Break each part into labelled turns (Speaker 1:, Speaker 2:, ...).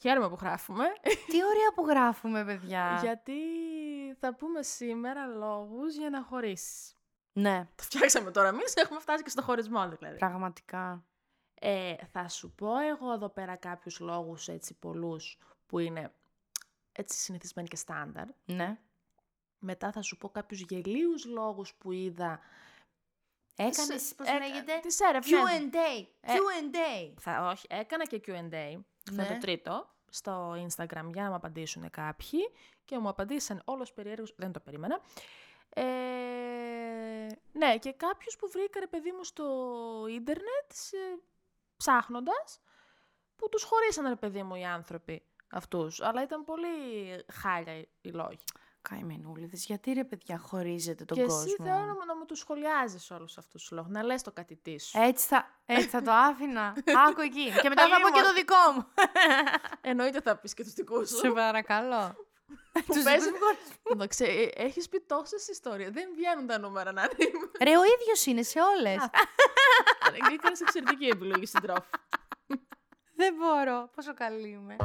Speaker 1: Χαίρομαι που γράφουμε,
Speaker 2: Τι ωραία που γράφουμε, παιδιά.
Speaker 1: Ε, γιατί θα πούμε σήμερα λόγους για να χωρίσεις.
Speaker 2: Ναι,
Speaker 1: Το φτιάξαμε τώρα εμείς, έχουμε φτάσει και στο χωρισμό δηλαδή.
Speaker 2: πραγματικά.
Speaker 1: Ε, θα σου πω εγώ εδώ πέρα κάποιους λόγους έτσι πολλούς που είναι έτσι συνηθισμένοι και στάνταρ.
Speaker 2: Ναι.
Speaker 1: Μετά θα σου πω κάποιους γελίους λόγους που είδα.
Speaker 2: Έκανες,
Speaker 1: Σε-
Speaker 2: πώς
Speaker 1: έκα-
Speaker 2: λέγεται,
Speaker 1: Τις
Speaker 2: Ναι.
Speaker 1: έρευνες. μου.
Speaker 2: Q&A.
Speaker 1: Ε.
Speaker 2: Q&A.
Speaker 1: Θα, όχι, έκανα και Q&A. Αυτό
Speaker 2: Ναι.
Speaker 1: είναι το τρίτο. Στο Instagram για να μου απαντήσουν κάποιοι. Και μου απαντήσαν όλος περίεργους. Δεν το περίμενα. Ε, ναι, και κάποιους που βρήκα ρε παιδί μου στο ίντερνετ σε, ψάχνοντας που τους χωρίσαν ρε παιδί μου οι άνθρωποι αυτούς. Αλλά ήταν πολύ χάλια οι- οι λόγοι.
Speaker 2: Καημενούλιδες, γιατί ρε παιδιά χωρίζετε τον
Speaker 1: και
Speaker 2: κόσμο.
Speaker 1: εσύ θέλω να, μου- να μου τους σχολιάζεις όλους αυτούς τους λόγους. Να λες το κάτι τι σου.
Speaker 2: Έτσι θα, έτσι θα το άφηνα. Άκου εκεί. Και μετά θα πω και
Speaker 1: Αλλήμον.
Speaker 2: το δικό μου.
Speaker 1: Εννοείται θα πεις και τους δικούς σου.
Speaker 2: Σε παρακαλώ. Τους
Speaker 1: παίζει-
Speaker 2: δικούς μου.
Speaker 1: Εντάξει, ε, έχεις πει τόσες ιστορίες. Δεν βγαίνουν τα νούμερα να είναι.
Speaker 2: Ρε, ο ίδιος είναι σε όλες.
Speaker 1: Έκανες εξαιρετική επιλογή συντρόφου.
Speaker 2: Δεν μπορώ. Πόσο καλή είμαι.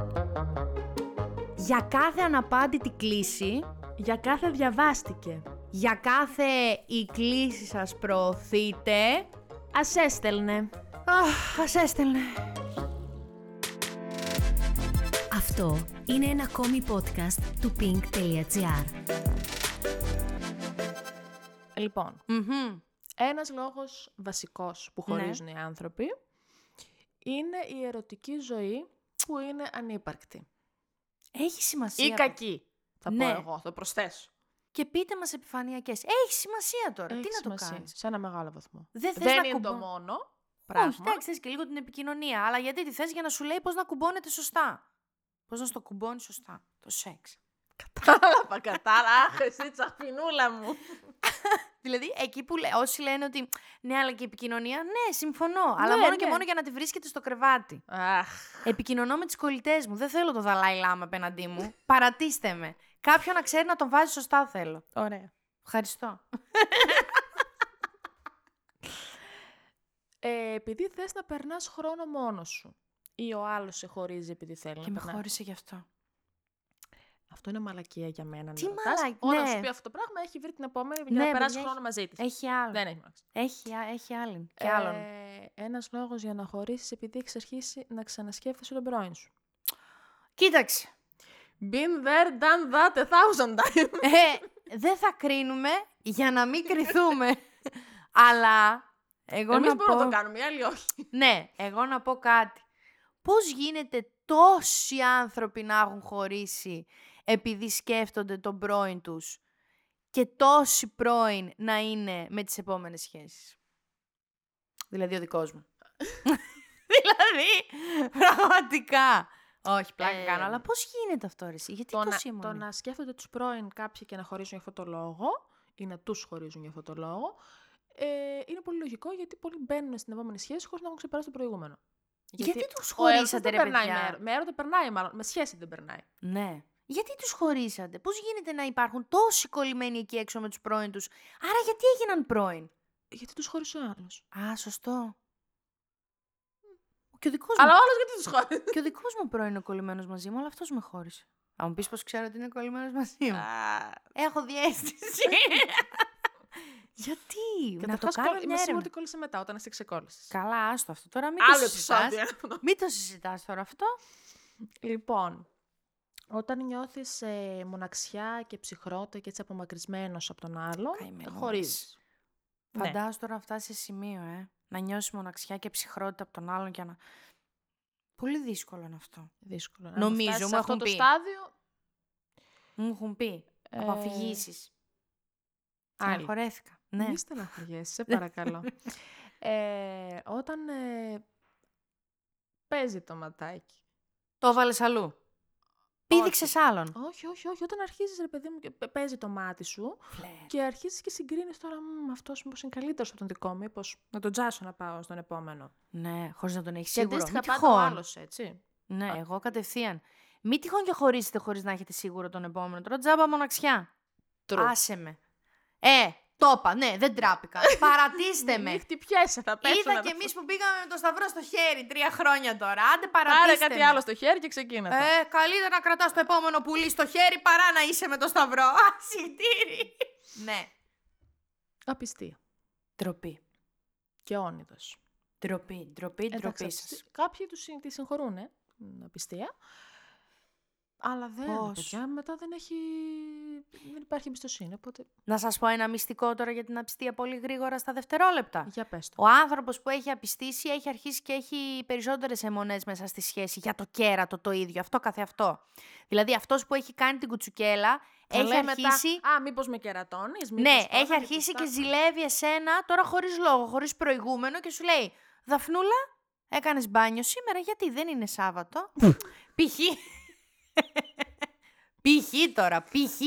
Speaker 2: Για κάθε αναπάντητη κλίση,
Speaker 1: Για κάθε διαβάστηκε.
Speaker 2: για κάθε η κλίση σας προωθείτε,
Speaker 1: Ας έστελνε.
Speaker 2: αχ, ας έστελνε.
Speaker 3: Αυτό είναι ένα ακόμη podcast του pink.gr.
Speaker 1: Λοιπόν, ένας λόγος βασικός που
Speaker 2: Ναι.
Speaker 1: χωρίζουν οι άνθρωποι είναι η ερωτική ζωή που είναι ανύπαρκτη.
Speaker 2: Έχει σημασία.
Speaker 1: Ή κακή, θα πω
Speaker 2: Ναι.
Speaker 1: εγώ, θα προσθέσω.
Speaker 2: Και πείτε μας επιφανειακές. Έχει σημασία τώρα.
Speaker 1: Έχει
Speaker 2: Τι να το
Speaker 1: σημασία,
Speaker 2: κάνεις.
Speaker 1: Σε ένα μεγάλο βαθμό.
Speaker 2: Δεν θες
Speaker 1: Δεν
Speaker 2: να
Speaker 1: είναι
Speaker 2: κουμπώ-
Speaker 1: το μόνο
Speaker 2: Όχι,
Speaker 1: πράγμα.
Speaker 2: εντάξει, θες και λίγο την επικοινωνία, αλλά γιατί τη θες για να σου λέει πώς να κουμπώνετε σωστά. Πώς να στο κουμπώνει σωστά. Το σεξ.
Speaker 1: Κατάλαβα, κατάλαβα. Αχ, εσύ τσαφινούλα μου.
Speaker 2: Δηλαδή, εκεί που λέ, όσοι λένε ότι ναι, αλλά και η επικοινωνία, ναι, συμφωνώ. αλλά
Speaker 1: Ναι,
Speaker 2: μόνο και
Speaker 1: ναι.
Speaker 2: μόνο για να τη βρίσκεται στο κρεβάτι.
Speaker 1: Αχ,
Speaker 2: Επικοινωνώ με τις κολλητές μου. Δεν θέλω το Δαλάι Λάμα απέναντί μου. Παρατήστε με. Κάποιον να ξέρει να τον βάζει σωστά θέλω.
Speaker 1: ωραία.
Speaker 2: Ευχαριστώ.
Speaker 1: Ε, επειδή θες να περνάς χρόνο μόνος σου. Ή ο άλλος σε χωρίζει επειδή θέλει να περνά.
Speaker 2: γι' αυτό.
Speaker 1: Αυτό είναι μαλακία για μένα.
Speaker 2: Τι
Speaker 1: να ρωτάς.
Speaker 2: μαλακ-
Speaker 1: Όταν
Speaker 2: ναι.
Speaker 1: σου πει αυτό το πράγμα, έχει βρει την επόμενη για
Speaker 2: Ναι,
Speaker 1: να
Speaker 2: παιδιά,
Speaker 1: περάσει
Speaker 2: έχει-
Speaker 1: χρόνο μαζί της.
Speaker 2: Έχει άλλο.
Speaker 1: Δεν Ε, έχει μαλακία.
Speaker 2: Έχει, α- έχει άλλον. Και άλλον.
Speaker 1: Ένας λόγος για να χωρίσεις επειδή έχεις αρχίσει να ξανασκέφτεσαι τον πρώην σου.
Speaker 2: Κοίταξε.
Speaker 1: Been there, done that a thousand times.
Speaker 2: Ε, δεν θα κρίνουμε για να μην κρυθούμε. αλλά εγώ
Speaker 1: Εμείς
Speaker 2: να πω...
Speaker 1: μπορούμε να το κάνουμε, οι άλλοι όχι.
Speaker 2: Ναι, εγώ να πω κάτι. Πώς γίνεται τόσοι άνθρωποι να έχουν χωρίσει επειδή σκέφτονται τον πρώην τους και τόσοι πρώην να είναι με τις επόμενες σχέσεις. Δηλαδή ο δικός μου. δηλαδή, πραγματικά. Όχι, πλάκα
Speaker 1: Ε,
Speaker 2: κάνω, αλλά πώς γίνεται αυτό ρε, εσύ, γιατί
Speaker 1: το,
Speaker 2: τόσοι
Speaker 1: να, το
Speaker 2: ήμουν.
Speaker 1: να σκέφτονται τους πρώην κάποιοι και να χωρίζουν για αυτό το λόγο ή να τους χωρίζουν για αυτό το λόγο ε, είναι πολύ λογικό γιατί πολλοί μπαίνουν στην επόμενη σχέση χωρίς να έχουν ξεπεράσει το προηγούμενο.
Speaker 2: Γιατί, τους
Speaker 1: ο έρωτας
Speaker 2: χωρίσατε
Speaker 1: δεν
Speaker 2: ρε
Speaker 1: περνάει
Speaker 2: παιδιά.
Speaker 1: με, έρωτα. με έρωτα περνάει μάλλον, με σχέση δεν περνάει.
Speaker 2: Ναι. Γιατί τους χωρίσατε, πώς γίνεται να υπάρχουν τόσοι κολλημένοι εκεί έξω με τους πρώην τους, άρα γιατί έγιναν πρώην.
Speaker 1: Γιατί τους χώρισε ο άλλος.
Speaker 2: Α, σωστό. Και ο δικός
Speaker 1: Αλλά
Speaker 2: μου,
Speaker 1: ο άλλος γιατί τους χώρισε.
Speaker 2: και ο δικός μου πρώην είναι κολλημένος μαζί μου, αλλά αυτός με χώρισε. Θα μου πεις πως ξέρω ότι είναι κολλημένος
Speaker 1: Ε,
Speaker 2: μαζί μου. Έχω διέστηση. Γιατί, να το
Speaker 1: Καταρχάς, κόλλη-
Speaker 2: κάνω μια
Speaker 1: Είμαι σίγουρη
Speaker 2: έρευνα.
Speaker 1: ότι κόλλησε μετά όταν σε ξεκόλλησες.
Speaker 2: Καλά, άστο αυτό. Τώρα μην
Speaker 1: Άλλο
Speaker 2: το συζητάς.
Speaker 1: επεισόδιο. αυτό.
Speaker 2: Μην το συζητάς τώρα αυτό.
Speaker 1: Λοιπόν, όταν νιώθεις ε, μοναξιά και ψυχρότητα και έτσι απομακρυσμένος από τον άλλον,
Speaker 2: Καημένος.
Speaker 1: χωρίζεις. Ναι.
Speaker 2: Φαντάζω τώρα να φτάσεις σε σημείο, ε. Να νιώσεις μοναξιά και ψυχρότητα από τον άλλον και να... Πολύ δύσκολο είναι αυτό.
Speaker 1: Δύσκολο. Αν
Speaker 2: Νομίζω,
Speaker 1: φτάσεις
Speaker 2: μου
Speaker 1: σε αυτό
Speaker 2: έχουν
Speaker 1: το
Speaker 2: πει.
Speaker 1: στάδιο.
Speaker 2: Μου έχουν πει. Από
Speaker 1: ε,
Speaker 2: αφηγήσεις.
Speaker 1: άλλη.
Speaker 2: Στεναχωρέθηκα. Ναι.
Speaker 1: Μη στεναχωριέσαι, σε παρακαλώ. ε, όταν ε, παίζει το ματάκι.
Speaker 2: Το έβαλες αλλού. Πήδηξες άλλον.
Speaker 1: Όχι, όχι, όχι. Όταν αρχίζεις, ρε παιδί μου, και πε- παίζει το μάτι σου και αρχίζεις και συγκρίνεις τώρα, μ, αυτός μήπως είναι καλύτερος από τον δικό μου, μήπως να τον τζάσω να πάω στον επόμενο.
Speaker 2: Ναι, χωρίς να τον έχεις
Speaker 1: και
Speaker 2: σίγουρο. Μη
Speaker 1: αντίστοιχα πάντα ο
Speaker 2: τυχόν.
Speaker 1: άλλος, έτσι.
Speaker 2: Ναι, εγώ κατευθείαν. Μη τυχόν και χωρίσετε χωρίς να έχετε σίγουρο τον επόμενο. Τώρα τζάμπα μοναξιά.
Speaker 1: True.
Speaker 2: Άσε με. Ε, Το είπα, ναι, δεν τράπηκα. Παρατήστε με.
Speaker 1: Μη χτυπιέσαι, θα πέσω.
Speaker 2: Είδα και εμείς που πήγαμε με το σταυρό στο χέρι τρία χρόνια τώρα. Άντε παρατήστε
Speaker 1: Πάρε κάτι
Speaker 2: με.
Speaker 1: άλλο στο χέρι και ξεκίνατε.
Speaker 2: Ε, καλύτερα να κρατάς το επόμενο πουλί στο χέρι παρά να είσαι με το σταυρό. Α, συγχτήρι. ναι.
Speaker 1: Απιστή.
Speaker 2: Τροπή.
Speaker 1: Και όνειδος.
Speaker 2: Τροπή, ντροπή,
Speaker 1: Εντάξει,
Speaker 2: ντροπή
Speaker 1: απιστή-
Speaker 2: σας.
Speaker 1: Κάποιοι τους συν- τη συγχωρούν, ε, την απιστία. Αλλά δεν,
Speaker 2: Πώς?
Speaker 1: παιδιά, μετά δεν έχει... Δεν υπάρχει εμπιστοσύνη, οπότε
Speaker 2: Να σας πω ένα μυστικό τώρα για την απιστία πολύ γρήγορα στα δευτερόλεπτα.
Speaker 1: για πες το.
Speaker 2: Ο άνθρωπος που έχει απιστήσει έχει αρχίσει και έχει περισσότερες αιμονές μέσα στη σχέση για το κέρατο το ίδιο, αυτό καθεαυτό. Δηλαδή αυτός που έχει κάνει την κουτσουκέλα
Speaker 1: Θα
Speaker 2: έχει
Speaker 1: λέει μετά,
Speaker 2: αρχίσει...
Speaker 1: Α, μήπως με κερατώνεις, μήπως
Speaker 2: Ναι,
Speaker 1: τώρα,
Speaker 2: έχει
Speaker 1: μήπως
Speaker 2: αρχίσει και
Speaker 1: τάχα».
Speaker 2: ζηλεύει εσένα τώρα χωρίς λόγο, χωρίς προηγούμενο και σου λέει «Δαφνούλα, έκανες μπάνιο σήμερα, γιατί δεν είναι Σάββατο». Π.χ. Π.χ. τώρα, π.χ.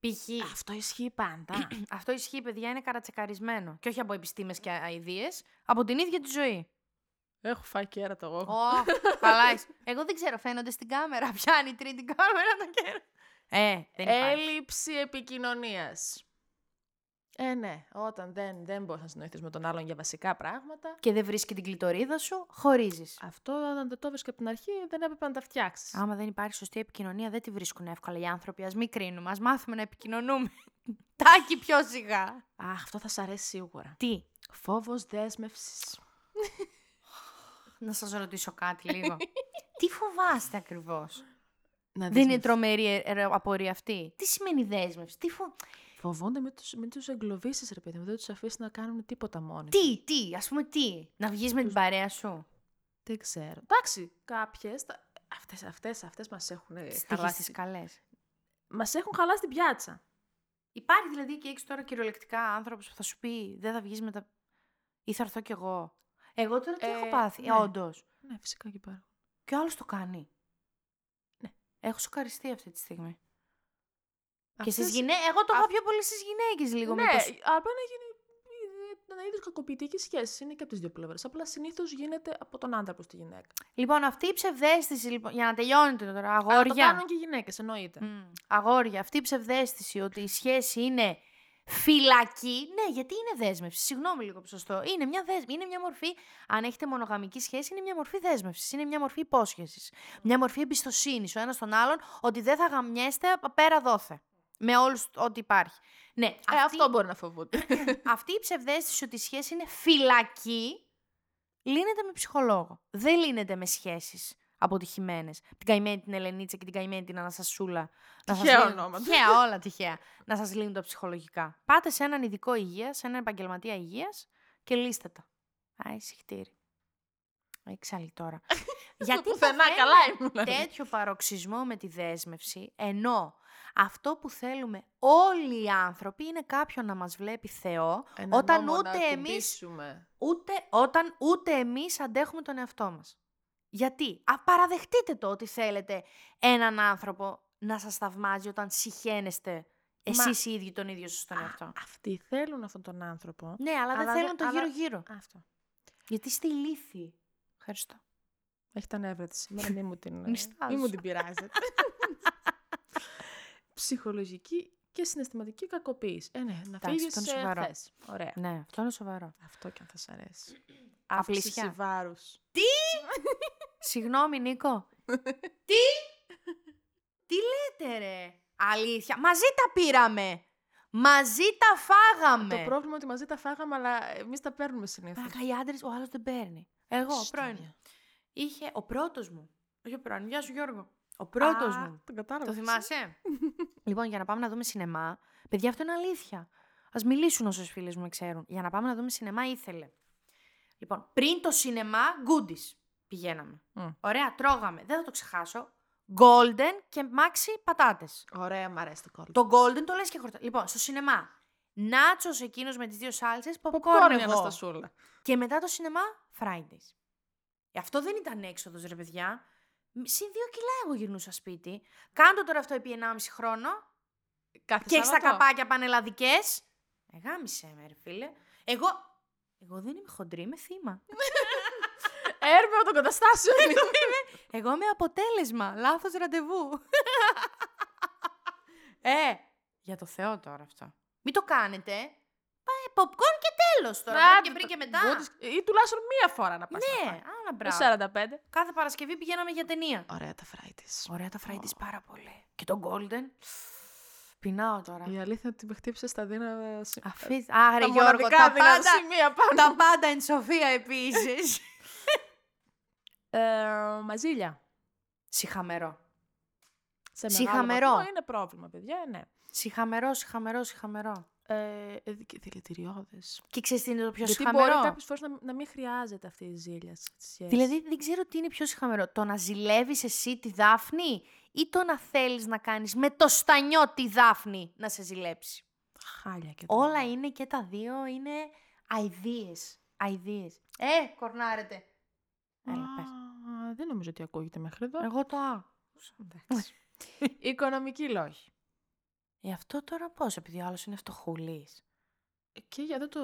Speaker 2: Π.χ.
Speaker 1: Αυτό ισχύει πάντα.
Speaker 2: Αυτό ισχύει, παιδιά, είναι καρατσεκαρισμένο. Και όχι από επιστήμες και αηδίες, από την ίδια τη ζωή.
Speaker 1: Έχω φάει κέρατο εγώ.
Speaker 2: Ω, καλά είσαι. Εγώ δεν ξέρω, φαίνονται στην κάμερα. Πιάνει η τρίτη κάμερα το κέρα. Ε, δεν υπάρχει.
Speaker 1: Έλλειψη επικοινωνίας. Ε, ναι, όταν δεν, δεν μπορείς να συνοηθείς με τον άλλον για βασικά πράγματα.
Speaker 2: Και δεν βρίσκει την κλειτορίδα σου, χωρίζεις.
Speaker 1: Αυτό, όταν δεν το βρίσκει από την αρχή, δεν έπρεπε να τα φτιάξεις.
Speaker 2: Άμα δεν υπάρχει σωστή επικοινωνία, δεν τη βρίσκουν εύκολα οι άνθρωποι. Ας μην κρίνουμε, ας μάθουμε να επικοινωνούμε. Τάκι πιο σιγά.
Speaker 1: Α, αυτό θα σ' αρέσει σίγουρα.
Speaker 2: Τι.
Speaker 1: Φόβος δέσμευσης.
Speaker 2: Να σας ρωτήσω κάτι λίγο. Τι φοβάστε ακριβώς.
Speaker 1: Να
Speaker 2: Δεν είναι
Speaker 1: δεσμευτείς.
Speaker 2: τρομερή ε, ε, απορία αυτή. Τι σημαίνει δέσμευση, τι φο...
Speaker 1: Φοβόνται μην τους μην τους εγκλωβίσεις, ρε παιδί μου. Δεν τους αφήσεις να κάνουν τίποτα μόνοι. τους.
Speaker 2: Τι, τι, ας πούμε τι. Να βγεις με την παρέα σου.
Speaker 1: Δεν ξέρω. Εντάξει, κάποιες. Αυτές αυτές, αυτές μας έχουν ε, χαλάσει.
Speaker 2: Στι καλέ.
Speaker 1: Μας έχουν χαλάσει την πιάτσα.
Speaker 2: Υπάρχει δηλαδή και έξω τώρα κυριολεκτικά άνθρωπος που θα σου πει Δεν θα βγεις με τα. ή θα έρθω κι εγώ. Εγώ τώρα τι
Speaker 1: Ε,
Speaker 2: έχω πάθει.
Speaker 1: ναι.
Speaker 2: Ναι. Όντως.
Speaker 1: Ναι, φυσικά και υπάρχουν.
Speaker 2: Και ο άλλος το κάνει.
Speaker 1: Ναι.
Speaker 2: Έχω σοκαριστεί αυτή τη στιγμή. Και
Speaker 1: Αυτές-
Speaker 2: στι γυναίκε. Εγώ το
Speaker 1: Α-
Speaker 2: είχα πιο πολύ στις γυναίκες λίγο.
Speaker 1: ναι,
Speaker 2: μήπως.
Speaker 1: αλλά μπορεί να γίνει ένα είδο κακοποιητική σχέση. Είναι και από τις δύο πλευρές. Απλά συνήθως γίνεται από τον άντρα προς τη γυναίκα.
Speaker 2: Λοιπόν, αυτή η ψευδέστηση. Λοιπόν, για να τελειώνετε τώρα,
Speaker 1: Αλλά το κάνουν
Speaker 2: αγόρια.
Speaker 1: και οι γυναίκες, εννοείται. Ε,
Speaker 2: Μμμ, αγόρια, αυτή η ψευδέστηση ότι η σχέση είναι φυλακή. Ναι, γιατί είναι δέσμευση. Συγγνώμη λίγο που σωστό. Είναι μια, δέσμ... είναι μια μορφή. Αν έχετε μονογαμική σχέση, είναι μια μορφή δέσμευσης. Είναι μια μορφή υπόσχεσης. Μια μορφή εμπιστοσύνης ο ένας τον άλλον ότι δεν θα γαμιέστε πέρα δόθε. Με όλους ό,τι υπάρχει. Ναι,
Speaker 1: Ε, αυτό μπορεί να φοβούνται.
Speaker 2: αυτή η ψευδέστηση ότι η σχέση είναι φυλακή λύνεται με ψυχολόγο. Δεν λύνεται με σχέσεις αποτυχημένες. Την καημένη την Ελενίτσα και την καημένη την Αναστασούλα. Να σας
Speaker 1: Τυχαία
Speaker 2: λύνουν-
Speaker 1: ονόματα.
Speaker 2: Τυχαία, όλα τυχαία. Να σας λύνουν τα ψυχολογικά. Πάτε σε έναν ειδικό υγείας, σε έναν επαγγελματία υγείας και λύστε τα. Άι, συχτήρι. Έξαλλη τώρα.
Speaker 1: Γιατί
Speaker 2: Γιατί
Speaker 1: πουθενά
Speaker 2: παθαίνουμε
Speaker 1: καλά ήμουν.
Speaker 2: τέτοιο παροξισμό με τη δέσμευση, ενώ αυτό που θέλουμε όλοι οι άνθρωποι είναι κάποιον να μας βλέπει Θεό,
Speaker 1: Ένα
Speaker 2: όταν
Speaker 1: νόμο να
Speaker 2: ούτε εμείς-
Speaker 1: ακουμπήσουμε.
Speaker 2: ούτε όταν ούτε εμείς αντέχουμε τον εαυτό μας. Γιατί α, παραδεχτείτε το ότι θέλετε έναν άνθρωπο να σας θαυμάζει όταν συχαίνεστε εσείς οι ίδιοι τον ίδιο σας τον
Speaker 1: Α,
Speaker 2: εαυτό.
Speaker 1: Αυτοί θέλουν αυτόν τον άνθρωπο.
Speaker 2: Ναι, αλλά δεν
Speaker 1: αλλά
Speaker 2: θέλουν
Speaker 1: δεν-
Speaker 2: το
Speaker 1: αλλά-
Speaker 2: γύρω-γύρω.
Speaker 1: Αυτό.
Speaker 2: Γιατί είστε ηλίθιοι. Ευχαριστώ.
Speaker 1: Έχει τα νεύρα τη. Μην μου την, ε,
Speaker 2: Νιστάζω.
Speaker 1: μη μου την πειράζετε. Ψυχολογική και συναισθηματική κακοποίηση. Ε, ναι, να
Speaker 2: Εντάξει,
Speaker 1: φύγεις
Speaker 2: αυτό είναι
Speaker 1: σε
Speaker 2: σοβαρό.
Speaker 1: θες. Ωραία.
Speaker 2: Ναι, αυτό είναι σοβαρό.
Speaker 1: Αυτό και αν θα σ' αρέσει.
Speaker 2: Απλησιά.
Speaker 1: Αύξηση βάρου.
Speaker 2: Συγγνώμη, Νίκο. Τι? Τι λέτε, ρε. Αλήθεια. Μαζί τα πήραμε. Μαζί τα φάγαμε.
Speaker 1: Το πρόβλημα είναι ότι μαζί τα φάγαμε, αλλά εμείς τα παίρνουμε συνήθως.
Speaker 2: Μαλάκα, οι άντρες, ο άλλος δεν παίρνει. Εγώ, ο πρώην. Είχε ο πρώτος μου. Όχι ο πρώην, γεια σου Γιώργο. Ο πρώτος
Speaker 1: Α,
Speaker 2: μου.
Speaker 1: Τον κατάλαβα.
Speaker 2: Το θυμάσαι. λοιπόν, για να πάμε να δούμε σινεμά. Παιδιά, αυτό είναι αλήθεια. Ας μιλήσουν όσες φίλες μου ξέρουν. Για να πάμε να δούμε σινεμά, ήθελε. Λοιπόν, πριν το σινεμά, γκούντις πηγαίναμε.
Speaker 1: Μμ.
Speaker 2: Ωραία, τρώγαμε. Δεν θα το ξεχάσω. Golden και μάξι πατάτες.
Speaker 1: Ωραία, μ' αρέσει το κόλλο.
Speaker 2: Το golden το λες και χορτά. Λοιπόν, στο σινεμά. Νάτσος εκείνος με τις δύο σάλτσες, popcorn.
Speaker 1: Κόρνη
Speaker 2: εγώ.
Speaker 1: Αναστασούλα.
Speaker 2: Και μετά το σινεμά, Fridays. Ε, Αυτό δεν ήταν έξοδος, ρε παιδιά. Μ- Συν δύο κιλά εγώ γυρνούσα σπίτι. Κάντο τώρα αυτό επί 1,5 χρόνο.
Speaker 1: Κάθε
Speaker 2: και έχει τα
Speaker 1: Σάββατο.
Speaker 2: καπάκια πανελλαδικές. Εγάμισε με, ρε φίλε. Εγώ. Εγώ δεν είμαι χοντρή, είμαι θύμα.
Speaker 1: Έρμεο των καταστάσεων.
Speaker 2: Εγώ είμαι αποτέλεσμα. Λάθος ραντεβού. ε, για το Θεό τώρα αυτό. Μην το κάνετε. Ε, popcorn και τέλος τώρα.
Speaker 1: Άντε το-
Speaker 2: μπορεί και πριν και μετά.
Speaker 1: μπορείς- ή τουλάχιστον μία φορά να πας
Speaker 2: Ναι,
Speaker 1: να φας.
Speaker 2: άλλα
Speaker 1: Όχι
Speaker 2: μπράβο.
Speaker 1: 45.
Speaker 2: Κάθε Παρασκευή πηγαίναμε για ταινία.
Speaker 1: Ωραία τα φράι της.
Speaker 2: Ωραία τα Fridays πάρα πολύ. Και το Golden. Πεινάω τώρα.
Speaker 1: Η αλήθεια είναι ότι με χτύψε στα δύναμα. σι-
Speaker 2: Αφή... Άρε
Speaker 1: Τα
Speaker 2: Γιώργο,
Speaker 1: μοναδικά
Speaker 2: τα
Speaker 1: δύναμα
Speaker 2: πάντα,
Speaker 1: σημεία πάνω.
Speaker 2: τα πάντα εν σοφία επίσης.
Speaker 1: Ε, μαζίλια.
Speaker 2: συχαμερό.
Speaker 1: Σε
Speaker 2: Συχαμερό.
Speaker 1: μεγάλο βαθμό είναι πρόβλημα, παιδιά, ναι.
Speaker 2: Συχαμερό, συχαμερό, συχαμερό.
Speaker 1: Ε, ε, και δηλητηριώδες.
Speaker 2: Και ξέρεις τι είναι το πιο
Speaker 1: Γιατί
Speaker 2: συχαμερό.
Speaker 1: μπορεί κάποιες φορές να, να μην χρειάζεται αυτή η ζήλια στη σχέση.
Speaker 2: Δηλαδή δεν ξέρω τι είναι πιο συχαμερό. Το να ζηλεύεις εσύ τη Δάφνη ή το να θέλεις να κάνεις με το στανιό τη Δάφνη να σε ζηλέψει.
Speaker 1: Χάλια και τα
Speaker 2: Όλα
Speaker 1: δύο.
Speaker 2: είναι και τα δύο είναι αηδίες. Αηδίες. Ε, κορνάρετε. Έλα, πες.
Speaker 1: Α, δεν νομίζω ότι ακούγεται μέχρι εδώ.
Speaker 2: Εγώ το άκουσα.
Speaker 1: Εντάξει. Οικονομικοί λόγοι.
Speaker 2: Ε, αυτό τώρα πώς, επειδή ο άλλος είναι φτωχούλης.
Speaker 1: Και για δεν το...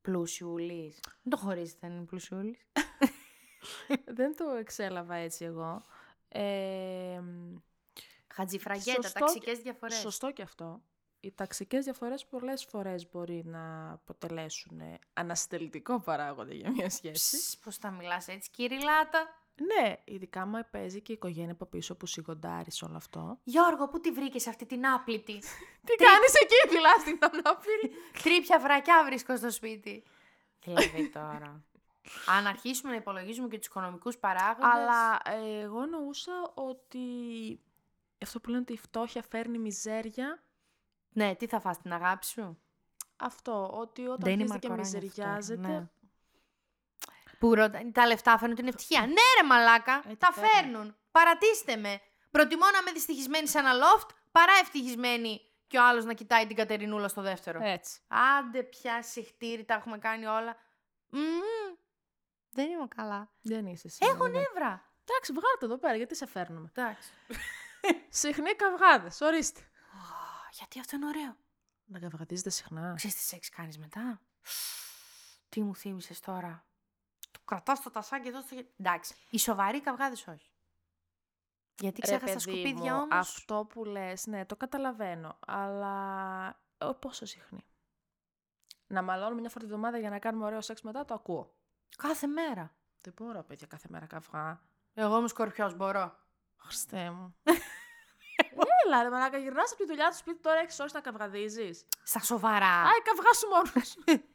Speaker 2: Πλούσιουλής. Δεν το χωρίζετε αν είναι πλούσιουλής.
Speaker 1: δεν το εξέλαβα έτσι εγώ. Ε, μ,
Speaker 2: Χατζιφραγέτα,
Speaker 1: Σωστό
Speaker 2: ταξικές διαφορές.
Speaker 1: σωστό και αυτό. Οι ταξικές διαφορές πολλές φορές μπορεί να αποτελέσουν ε, αναστελτικό παράγοντα για μια σχέση.
Speaker 2: Ψ, Πώς τα μιλάς έτσι, κυριλάτα.
Speaker 1: Ναι, ειδικά άμα παίζει και η οικογένεια από πίσω που σιγοντάρει σε όλο αυτό.
Speaker 2: Γιώργο, πού τη βρήκες αυτή την άπλητη.
Speaker 1: Τι κάνεις εκεί, φυλάς την ανάπηρη.
Speaker 2: Τρίπια βρακιά βρίσκω στο σπίτι. Δηλαδή τώρα. Αν αρχίσουμε να υπολογίζουμε και τους οικονομικούς παράγοντες.
Speaker 1: Αλλά ε, εγώ εννοούσα ότι αυτό που λένε ότι η φτώχεια φέρνει μιζέρια.
Speaker 2: Ναι, τι θα φας την αγάπη σου.
Speaker 1: Αυτό, ότι όταν
Speaker 2: Δεν είναι
Speaker 1: αρχίζετε και
Speaker 2: μαρκαρόνια φτώχεια,
Speaker 1: μιζεριάζετε.
Speaker 2: ναι. Που ρώτα- τα λεφτά φέρνουν την ευτυχία. Ναι, ρε μαλάκα,
Speaker 1: Ε, τι
Speaker 2: τα
Speaker 1: φέρνουν.
Speaker 2: φέρνουν. Παρατήστε με. Προτιμώ να είμαι δυστυχισμένη σε ένα loft παρά ευτυχισμένη και ο άλλος να κοιτάει την Κατερινούλα στο δεύτερο.
Speaker 1: Έτσι.
Speaker 2: Άντε πια συχτήρι, τα έχουμε κάνει όλα. Μμμ. δεν είμαι καλά.
Speaker 1: Δεν είσαι εσύ.
Speaker 2: Έχω
Speaker 1: ναι, ναι.
Speaker 2: νεύρα.
Speaker 1: Εντάξει, βγάλτε εδώ πέρα, γιατί σε φέρνουμε.
Speaker 2: Εντάξει.
Speaker 1: Συχνοί καυγάδες, ορίστε.
Speaker 2: γιατί αυτό είναι ωραίο.
Speaker 1: Να καυγαδίζετε συχνά.
Speaker 2: Ξέρεις τι σεξ κάνεις μετά. Τι μου θύμισες τώρα. Του κρατάς το τασάκι εδώ στο χέρι. Εντάξει. Οι σοβαροί καυγάδες όχι. Γιατί
Speaker 1: Ρε,
Speaker 2: ξέχασα τα
Speaker 1: παιδί
Speaker 2: σκουπίδια
Speaker 1: μου,
Speaker 2: όμως.
Speaker 1: Αυτό που λες, ναι, το καταλαβαίνω, αλλά ε, πόσο συχνή. Να μαλώνουμε μια φορά τη βδομάδα για να κάνουμε ωραίο σεξ μετά, το ακούω.
Speaker 2: Κάθε μέρα.
Speaker 1: Δεν μπορώ, παιδιά, κάθε μέρα καυγά.
Speaker 2: Εγώ είμαι σκορπιός, μπορώ.
Speaker 1: Χριστέ μου. Έλα, ρε μαλάκα, γυρνάς από τη δουλειά του σπίτι τώρα, έχεις ώρες να καυγαδίζεις.
Speaker 2: Στα σοβαρά.
Speaker 1: Άι, καυγά σου μόνος.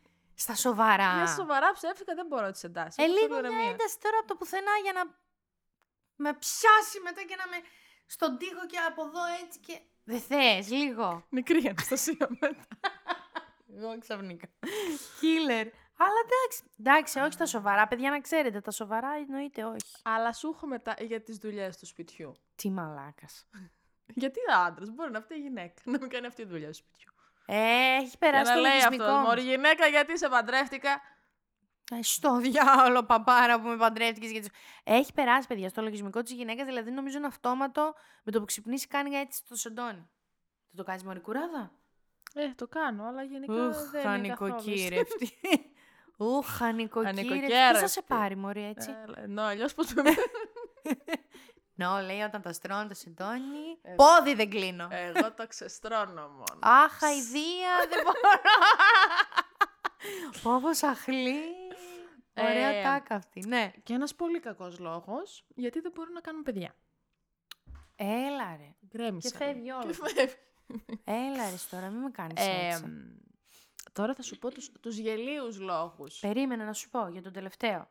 Speaker 2: Στα σοβαρά.
Speaker 1: Μια σοβαρά ψεύτηκα, δεν μπορώ να τις εντάσεις.
Speaker 2: Ε,
Speaker 1: Έχω
Speaker 2: λίγο μια
Speaker 1: ηρεμία.
Speaker 2: ένταση τώρα από το πουθενά για να με πιάσει μετά και να με στον τοίχο και από εδώ έτσι και... Δεν θες, λίγο.
Speaker 1: Μικρή Αναστασία μετά.
Speaker 2: Εγώ ξαφνικά. Killer. Αλλά εντάξει. Εντάξει, όχι τα σοβαρά. Παιδιά, να ξέρετε, τα σοβαρά εννοείται όχι.
Speaker 1: Αλλά σου έχω μετά για τις δουλειές του σπιτιού.
Speaker 2: Τι μαλάκας.
Speaker 1: Γιατί άντρας, μπορεί να αυτή η γυναίκα να μην κάνει αυτή τη δουλειά του σπιτιού.
Speaker 2: Ε, έχει
Speaker 1: Για
Speaker 2: περάσει
Speaker 1: να
Speaker 2: το
Speaker 1: λέει
Speaker 2: λογισμικό.
Speaker 1: αυτό.
Speaker 2: μας.
Speaker 1: Μωρή γυναίκα, γιατί σε παντρεύτηκα.
Speaker 2: Ε, Στο διάολο, παπάρα που με παντρεύτηκες. Γιατί... Έχει περάσει, παιδιά, στο λογισμικό της γυναίκας. Δηλαδή, νομίζω είναι αυτόματο με το που ξυπνήσει, κάνει έτσι το σεντόνι. Δεν το κάνεις μωρή κουράδα.
Speaker 1: Ε, το κάνω, αλλά γενικά δεν είναι καθόλου.
Speaker 2: χανικοκύρευτη. Ουχ, χανικοκύρευτη. Πού θα
Speaker 1: Χανικοκέρευτη.
Speaker 2: σε πάρει, Μωρή, έτσι.
Speaker 1: Ε, Ενώ αλλιώ πώ το λέω.
Speaker 2: Νο, λέει όταν τα στρώνω το σεντόνι.
Speaker 1: Ε,
Speaker 2: Πόδι δεν κλείνω.
Speaker 1: Εγώ το ξεστρώνω μόνο.
Speaker 2: Αχ, αηδία, δεν μπορώ. Πόβο αχλή. Ωραία
Speaker 1: Ε,
Speaker 2: τάκα αυτή, ναι.
Speaker 1: Και ένας πολύ κακός λόγος, γιατί δεν μπορούν να κάνουν παιδιά.
Speaker 2: Έλα ρε.
Speaker 1: Γκρέμισα.
Speaker 2: Και φεύγει
Speaker 1: λίγο.
Speaker 2: όλος.
Speaker 1: Και φεύγει.
Speaker 2: Έλα ρε τώρα, μην με κάνεις
Speaker 1: Ε,
Speaker 2: έτσι.
Speaker 1: μ, Τώρα θα σου πω τους, τους γελίους λόγους.
Speaker 2: Περίμενα να σου πω για τον τελευταίο.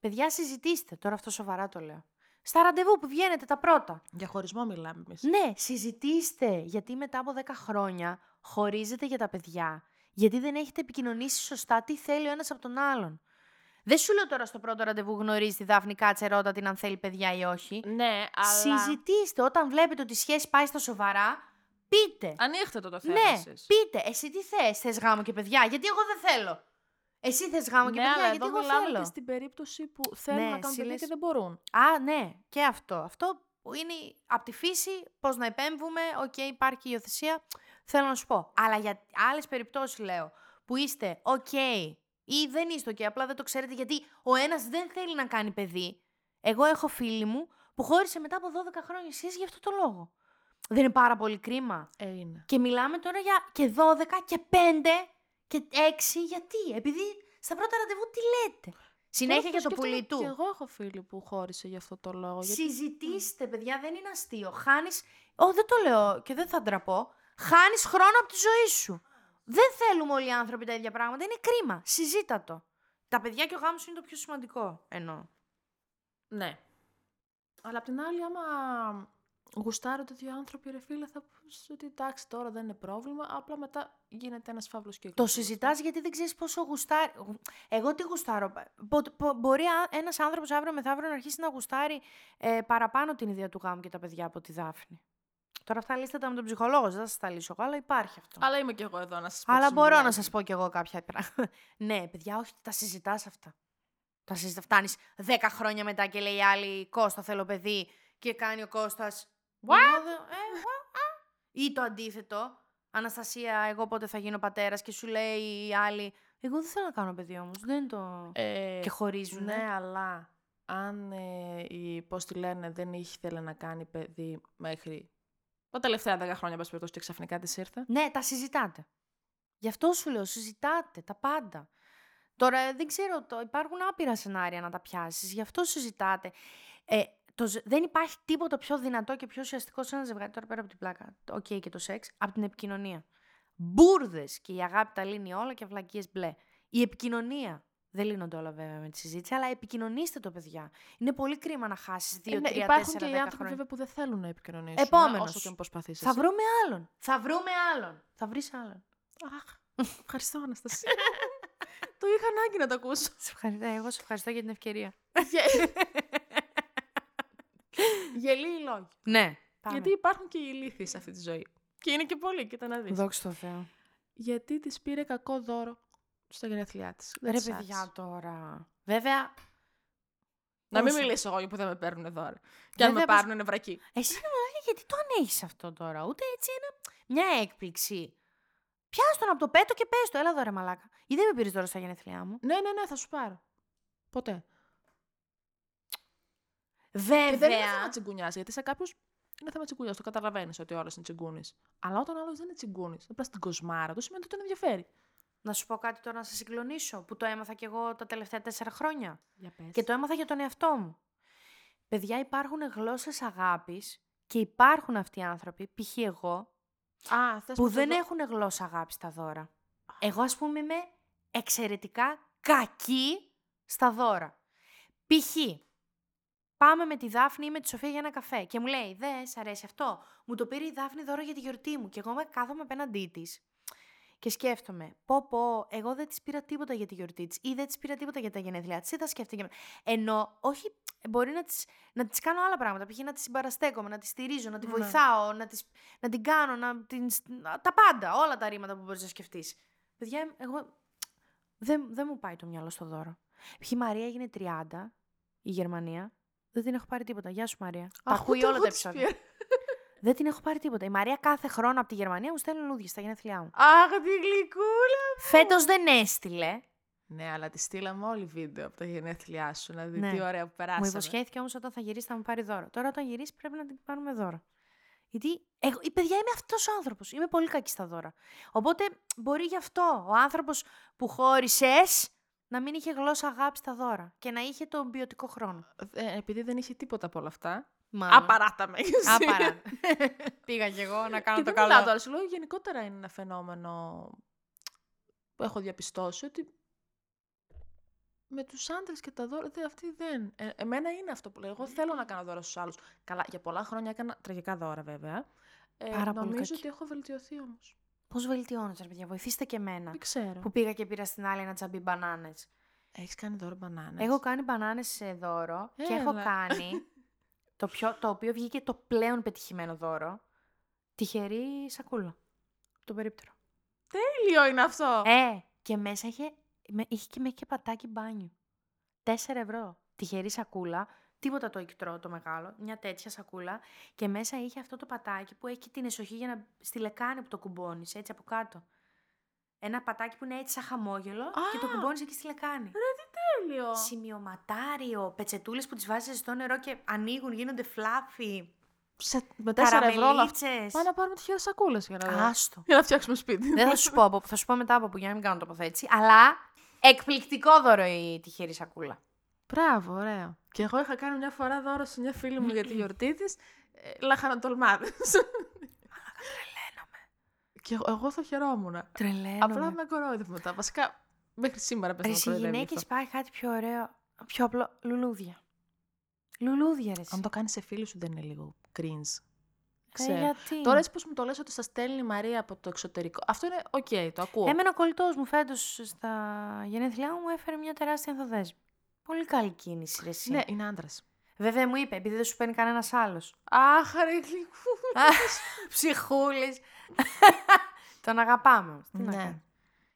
Speaker 2: Παιδιά, συζητήστε. Τώρα αυτό σοβαρά το λέω. Στα ραντεβού που βγαίνετε τα πρώτα.
Speaker 1: Για χωρισμό μιλάμε εμείς.
Speaker 2: Ναι, συζητήστε. Γιατί μετά από 10 χρόνια χωρίζετε για τα παιδιά. Γιατί δεν έχετε επικοινωνήσει σωστά τι θέλει ο ένας από τον άλλον. Δεν σου λέω τώρα στο πρώτο ραντεβού γνωρίζει τη Δάφνη Κάτσε, την αν θέλει παιδιά ή όχι.
Speaker 1: Ναι, αλλά...
Speaker 2: Συζητήστε. Όταν βλέπετε ότι η σχέση πάει στα σοβαρά, πείτε.
Speaker 1: Ανοίχτε το το θέμα
Speaker 2: ναι,
Speaker 1: εσείς.
Speaker 2: πείτε. Εσύ τι θες, θες γάμο και παιδιά. Γιατί εγώ δεν θέλω. Εσύ θες γάμο και
Speaker 1: ναι,
Speaker 2: παιδιά,
Speaker 1: αλλά εδώ
Speaker 2: γιατί εγώ
Speaker 1: μιλάμε
Speaker 2: θέλω.
Speaker 1: και στην περίπτωση που θέλουν
Speaker 2: Ναι,
Speaker 1: να κάνουν
Speaker 2: εσύ
Speaker 1: παιδιά
Speaker 2: λες-
Speaker 1: και δεν μπορούν.
Speaker 2: Α, ναι, και αυτό. Αυτό που είναι από τη φύση, πώς να επέμβουμε. Οκ, υπάρχει η υιοθεσία. Θέλω να σου πω. Αλλά για άλλες περιπτώσεις λέω που είστε οκ ή δεν είστε οκ, απλά δεν το ξέρετε γιατί ο ένας δεν θέλει να κάνει παιδί. Εγώ έχω φίλη μου που χώρισε μετά από 12 χρόνια σχέση για αυτό το λόγο. Δεν είναι πάρα πολύ κρίμα.
Speaker 1: Ε, είναι.
Speaker 2: Και μιλάμε τώρα για και 12 και 5 και 6. Γιατί, επειδή στα πρώτα ραντεβού τι λέτε. Συνέχεια
Speaker 1: Τώρα
Speaker 2: για
Speaker 1: που
Speaker 2: το
Speaker 1: σκέφτομαι,
Speaker 2: πουλί του.
Speaker 1: Και εγώ έχω φίλη που χώρισε γι' αυτό το λόγο. Γιατί...
Speaker 2: Συζητήστε, παιδιά, δεν είναι αστείο. Χάνεις. Ω, δεν το λέω και δεν θα ντραπώ. Χάνεις χρόνο από τη ζωή σου. Δεν θέλουμε όλοι οι άνθρωποι τα ίδια πράγματα. Είναι κρίμα. Συζήτα το. Τα παιδιά και ο γάμος είναι το πιο σημαντικό. Εννοώ.
Speaker 1: Ναι. Αλλά απ' την άλλη, άμα γουστάρονται δύο άνθρωποι, ρε φίλε, θα πεις ότι εντάξει, τώρα δεν είναι πρόβλημα. Απλά μετά γίνεται ένας φαύλος κύκλος.
Speaker 2: Το συζητάς γιατί δεν ξέρεις πόσο γουστάρει. Εγώ τι γουστάρω. Μπο- μπο- Μπορεί ένας άνθρωπος αύριο μεθαύριο να αρχίσει να γουστάρει ε, παραπάνω την ιδέα του γάμου και τα παιδιά από τη Δάφνη. Τώρα αυτά λύστε τα με τον ψυχολόγο, σας, δεν θα σας τα λύσω εγώ, αλλά υπάρχει αυτό.
Speaker 1: Αλλά είμαι κι εγώ εδώ να σας πω.
Speaker 2: Αλλά
Speaker 1: τη
Speaker 2: μπορώ
Speaker 1: συμβουλή.
Speaker 2: να σας πω κι εγώ κάποια πράγματα. ναι, παιδιά, όχι, τα συζητάς αυτά. Τα συζητά. Φτάνεις 10 χρόνια μετά και λέει η άλλη Κώστα, θέλω παιδί. Και κάνει ο Κώστας.
Speaker 1: What?
Speaker 2: Ή το αντίθετο. Αναστασία, εγώ πότε θα γίνω πατέρας και σου λέει η άλλη. Εγώ δεν θέλω να κάνω παιδί όμως. Δεν το.
Speaker 1: Ε,
Speaker 2: και χωρίζουν.
Speaker 1: Ναι, αλλά αν ε, η, πώς τη λένε, δεν ήθελε να κάνει παιδί μέχρι τα τελευταία 10 χρόνια, πας περιπτώσει, και ξαφνικά της ήρθε.
Speaker 2: Ναι, τα συζητάτε. Γι' αυτό σου λέω, συζητάτε τα πάντα. Τώρα ε, δεν ξέρω, το, υπάρχουν άπειρα σενάρια να τα πιάσεις, γι' αυτό συζητάτε. Ε, το, ζε- δεν υπάρχει τίποτα πιο δυνατό και πιο ουσιαστικό σε ένα ζευγάρι τώρα πέρα από την πλάκα. το- Οκ, και το σεξ, από την επικοινωνία. Μπούρδε και η αγάπη τα λύνει όλα και βλακίες μπλε. Η επικοινωνία. Δεν λύνονται όλα βέβαια με τη συζήτηση, αλλά επικοινωνήστε το παιδιά. Είναι πολύ κρίμα να χάσεις
Speaker 1: Ε, ναι,
Speaker 2: 2-3-4
Speaker 1: υπάρχουν και οι άνθρωποι
Speaker 2: χρόνια.
Speaker 1: βέβαια που δεν θέλουν να επικοινωνήσουν. ε,
Speaker 2: Επόμενος.
Speaker 1: Όσο και αν προσπαθήσεις.
Speaker 2: Θα βρούμε άλλον. Θα βρούμε άλλον. Θα βρεις άλλον.
Speaker 1: Αχ, ευχαριστώ Αναστασία. το είχα ανάγκη να το ακούσω.
Speaker 2: Σε ευχαριστώ. Ε, Εγώ σε ευχαριστώ για την ευκαιρία.
Speaker 1: Γελοί οι λόγοι.
Speaker 2: Ναι. Πάμε.
Speaker 1: Γιατί υπάρχουν και οι ηλίθιοι σε αυτή τη ζωή. Και είναι και πολλοί, κοίτα να δεις.
Speaker 2: Δόξα τω Θεώ.
Speaker 1: Γιατί της πήρε κακό δώρο στα γενέθλιά της. Δεν
Speaker 2: Ρε
Speaker 1: της άρεσε.
Speaker 2: παιδιά τώρα. Βέβαια,
Speaker 1: Να μην
Speaker 2: Όσο.
Speaker 1: μιλήσω εγώ που δεν με παίρνουν δώρα. Και αν με
Speaker 2: Βέβαια, πως-
Speaker 1: πάρουν είναι βρακή.
Speaker 2: εσύ ρε μαλάκα, «Ε, γιατί το ανέχεις αυτό τώρα. Ούτε έτσι ένα, μια έκπληξη. Πιάσ' τον από το πέτο και πες το. Έλα εδώ ρε μαλάκα. Ή δεν με πήρες τώρα στα γενέθλιά μου.
Speaker 1: Ναι, ναι, ναι, θα σου πάρω. Ποτέ.
Speaker 2: Βέβαια.
Speaker 1: Και δεν είναι θέμα τσιγκουνιάς, γιατί σε κάποιους είναι θέμα τσιγκουνιάς. Το καταλαβαίνεις ότι όλα είναι τσιγκούνη. Αλλά όταν άλλος δεν είναι τσιγκούνης, απλά στην κοσμάρα του σημαίνει ότι τον ενδιαφέρει.
Speaker 2: Να σου πω κάτι τώρα να σε συγκλονίσω που το έμαθα κι εγώ τα τελευταία τέσσερα χρόνια.
Speaker 1: Για πες.
Speaker 2: Και το έμαθα για τον εαυτό μου. Παιδιά, υπάρχουν γλώσσες αγάπης και υπάρχουν αυτοί οι άνθρωποι, π.χ. εγώ,
Speaker 1: Α, θες
Speaker 2: που
Speaker 1: να το
Speaker 2: δεν
Speaker 1: δω-
Speaker 2: έχουν γλώσσα αγάπης στα δώρα. Εγώ, ας πούμε, είμαι εξαιρετικά κακή στα δώρα. Π.χ. Πάμε με τη Δάφνη ή με τη Σοφία για ένα καφέ και μου λέει: Δε, σ' αρέσει αυτό. Μου το πήρε η Δάφνη δώρο για τη γιορτή μου. Και εγώ με κάθομαι απέναντί της και σκέφτομαι: Πω, πω, εγώ δεν της πήρα τίποτα για τη γιορτή της ή δεν της πήρα τίποτα για τα γενέθλιά της ή θα σκέφτηκε. Ενώ, όχι, μπορεί να της να της κάνω άλλα πράγματα. Π.χ. να της συμπαραστέκομαι, να της στηρίζω, να τη
Speaker 1: Ναι.
Speaker 2: βοηθάω, να, της, να την κάνω, να την. σ- να- τα πάντα, όλα τα ρήματα που μπορείς να σκεφτείς. Παιδιά, εγώ. Δεν, δεν μου πάει το μυαλό στο δώρο. Π.χ. η Μαρία έγινε 30, η Γερμανία. Δεν την έχω πάρει τίποτα. Γεια σου, Μαρία. Τα
Speaker 1: Αχ,
Speaker 2: ακούει
Speaker 1: ούτε
Speaker 2: όλα
Speaker 1: εγώ
Speaker 2: τα
Speaker 1: της
Speaker 2: επεισόδια.
Speaker 1: πήρα.
Speaker 2: Δεν την έχω πάρει τίποτα. Η Μαρία κάθε χρόνο από τη Γερμανία μου στέλνει λουλούδια στα γενέθλιά μου.
Speaker 1: Αχ, τη γλυκούλα.
Speaker 2: Φέτος δεν έστειλε.
Speaker 1: Ναι, αλλά τη στείλαμε όλοι βίντεο από τα γενέθλιά σου να δει
Speaker 2: Ναι.
Speaker 1: τι ωραία που περάσαμε.
Speaker 2: Μου υποσχέθηκε όμως όταν θα γυρίσει θα μου πάρει δώρο. Τώρα όταν γυρίσει πρέπει να την πάρουμε δώρο. Γιατί εγώ, η παιδιά είμαι αυτός ο άνθρωπος. Είμαι πολύ κακή στα δώρα. Οπότε μπορεί γι' αυτό ο άνθρωπος που χώρισες να μην είχε γλώσσα αγάπη στα δώρα και να είχε τον ποιοτικό χρόνο.
Speaker 1: Ε, επειδή δεν είχε τίποτα από όλα αυτά.
Speaker 2: Μάλλον.
Speaker 1: Απαράτα με.
Speaker 2: Άπαρα. Πήγα κι εγώ να
Speaker 1: Και
Speaker 2: κάνω το
Speaker 1: δεν
Speaker 2: καλό.
Speaker 1: μιλάω τώρα, σου λέω γενικότερα είναι ένα φαινόμενο που έχω διαπιστώσει ότι με τους άντρες και τα δώρα, δε, αυτοί δεν. Ε, εμένα είναι αυτό που λέω. Εγώ θέλω να κάνω δώρα στους άλλους. Καλά, για πολλά χρόνια έκανα τραγικά δώρα βέβαια. Ε,
Speaker 2: Πάρα πολύ
Speaker 1: νομίζω
Speaker 2: κακή.
Speaker 1: ότι έχω βελτιωθεί όμως.
Speaker 2: Πώς βελτιώνεσαι, ρε παιδιά, βοηθήστε και εμένα.
Speaker 1: Δεν ξέρω.
Speaker 2: Που πήγα και πήρα στην άλλη ένα τσαμπί μπανάνες.
Speaker 1: Έχεις κάνει δώρο μπανάνες.
Speaker 2: Έχω κάνει μπανάνες σε δώρο και έχω
Speaker 1: Έλα.
Speaker 2: κάνει το, πιο, το οποίο βγήκε το πλέον πετυχημένο δώρο. Τυχερή σακούλα. Το περίπτερο.
Speaker 1: Τέλειο είναι αυτό.
Speaker 2: Ε, και μέσα είχε, με- είχε και, με και πατάκι μπάνιου. Τέσσερα ευρώ. Τυχερή σακούλα. Τίποτα το εκτρό το μεγάλο. Μια τέτοια σακούλα. Και μέσα είχε αυτό το πατάκι που έχει και την εσοχή για να, στη λεκάνη που το κουμπώνεις έτσι από κάτω. Ένα πατάκι που είναι έτσι σαν χαμόγελο και το
Speaker 1: Α!
Speaker 2: κουμπώνεις εκεί στη λεκάνη.
Speaker 1: Τέλειο.
Speaker 2: Σημειωματάριο. Πετσετούλες που τις βάζεις στο νερό και ανοίγουν, γίνονται φλάφι.
Speaker 1: σε, με 4 ευρώ να,
Speaker 2: Καραμελίτσες.
Speaker 1: πάμε να πάρουμε τη χέρι σακούλες για να,
Speaker 2: Άστο.
Speaker 1: για να φτιάξουμε σπίτι.
Speaker 2: Δεν θα σου πω, από- θα σου πω μετά από που για να μην κάνω τοποθέτηση. Αλλά εκπληκτικό δώρο η τυχερή σακούλα.
Speaker 1: Μπράβο, ωραίο. Και εγώ είχα κάνει μια φορά δώρο σε μια φίλη μου για τη γιορτή της ε, λαχανοτολμάδες. Και εγώ, εγώ θα χαιρόμουν.
Speaker 2: Τρελαίνομαι.
Speaker 1: Απλά με κορόιδευε μετά. Βασικά μέχρι σήμερα πες να
Speaker 2: Ρε,
Speaker 1: με
Speaker 2: σε
Speaker 1: κοροϊδεύει
Speaker 2: γυναίκε
Speaker 1: αυτό.
Speaker 2: πάει κάτι πιο ωραίο. Πιο απλό. Λουλούδια. Λουλούδια, ρε.
Speaker 1: Αν το κάνεις σε φίλη σου δεν είναι λίγο cringe.
Speaker 2: ξέρω.
Speaker 1: Ξέρω.
Speaker 2: γιατί.
Speaker 1: Τώρα έτσι πως μου το λες ότι στα στέλνει η Μαρία από το εξωτερικό. Αυτό είναι οκ, το ακούω.
Speaker 2: Εμένα ο κολλητός μου φέτος στα γενέθλιά μου έφερε μια τεράστια ενθοδέσμη. Πολύ καλή κίνηση, ρε. εσύ.
Speaker 1: Ναι, είναι άντρας.
Speaker 2: Βέβαια μου είπε, επειδή δεν σου παίρνει κανένας άλλος.
Speaker 1: Αχ, ρε γλυκού.
Speaker 2: Ψυχούλης. Τον αγαπάμε. όμως. Τι να
Speaker 1: Ναι.
Speaker 2: κάνω.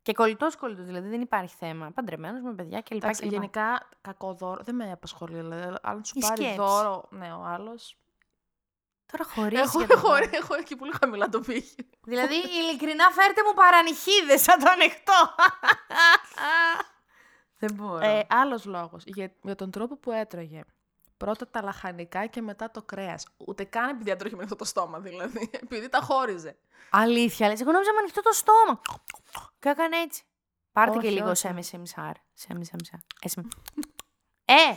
Speaker 2: Και κολλητός κολλητός, δηλαδή δεν υπάρχει θέμα. Παντρεμένος με παιδιά κλπ.
Speaker 1: Εντάξει,
Speaker 2: κλπ.
Speaker 1: γενικά κακό δώρο δεν με απασχολεί. αλλά Αν σου
Speaker 2: Η
Speaker 1: πάρει
Speaker 2: σκέψη.
Speaker 1: δώρο, ναι, ο άλλος.
Speaker 2: Τώρα χωρίς.
Speaker 1: Εγώ έχω, έχω εκεί πολύ χαμηλά το πήγε.
Speaker 2: Δηλαδή, ειλικρινά φέρτε μου παρανυχίδες, θα το ανοιχτώ. δεν μπορώ.
Speaker 1: Ε, Άλλος λόγος. Για, για τον τρόπο που έτρωγε. Πρώτα τα λαχανικά και μετά το κρέας. Ούτε καν επειδή έτρωγε με αυτό το στόμα, δηλαδή. Επειδή τα χώριζε.
Speaker 2: Αλήθεια, λες. Εγώ νόμιζα με ανοιχτό το στόμα. Και έκανε έτσι. Πάρτε και
Speaker 1: Όχι,
Speaker 2: λίγο
Speaker 1: όχι.
Speaker 2: σε μισέ μισάρ. Σε μισέ μισάρ. Εσύ με- Ε!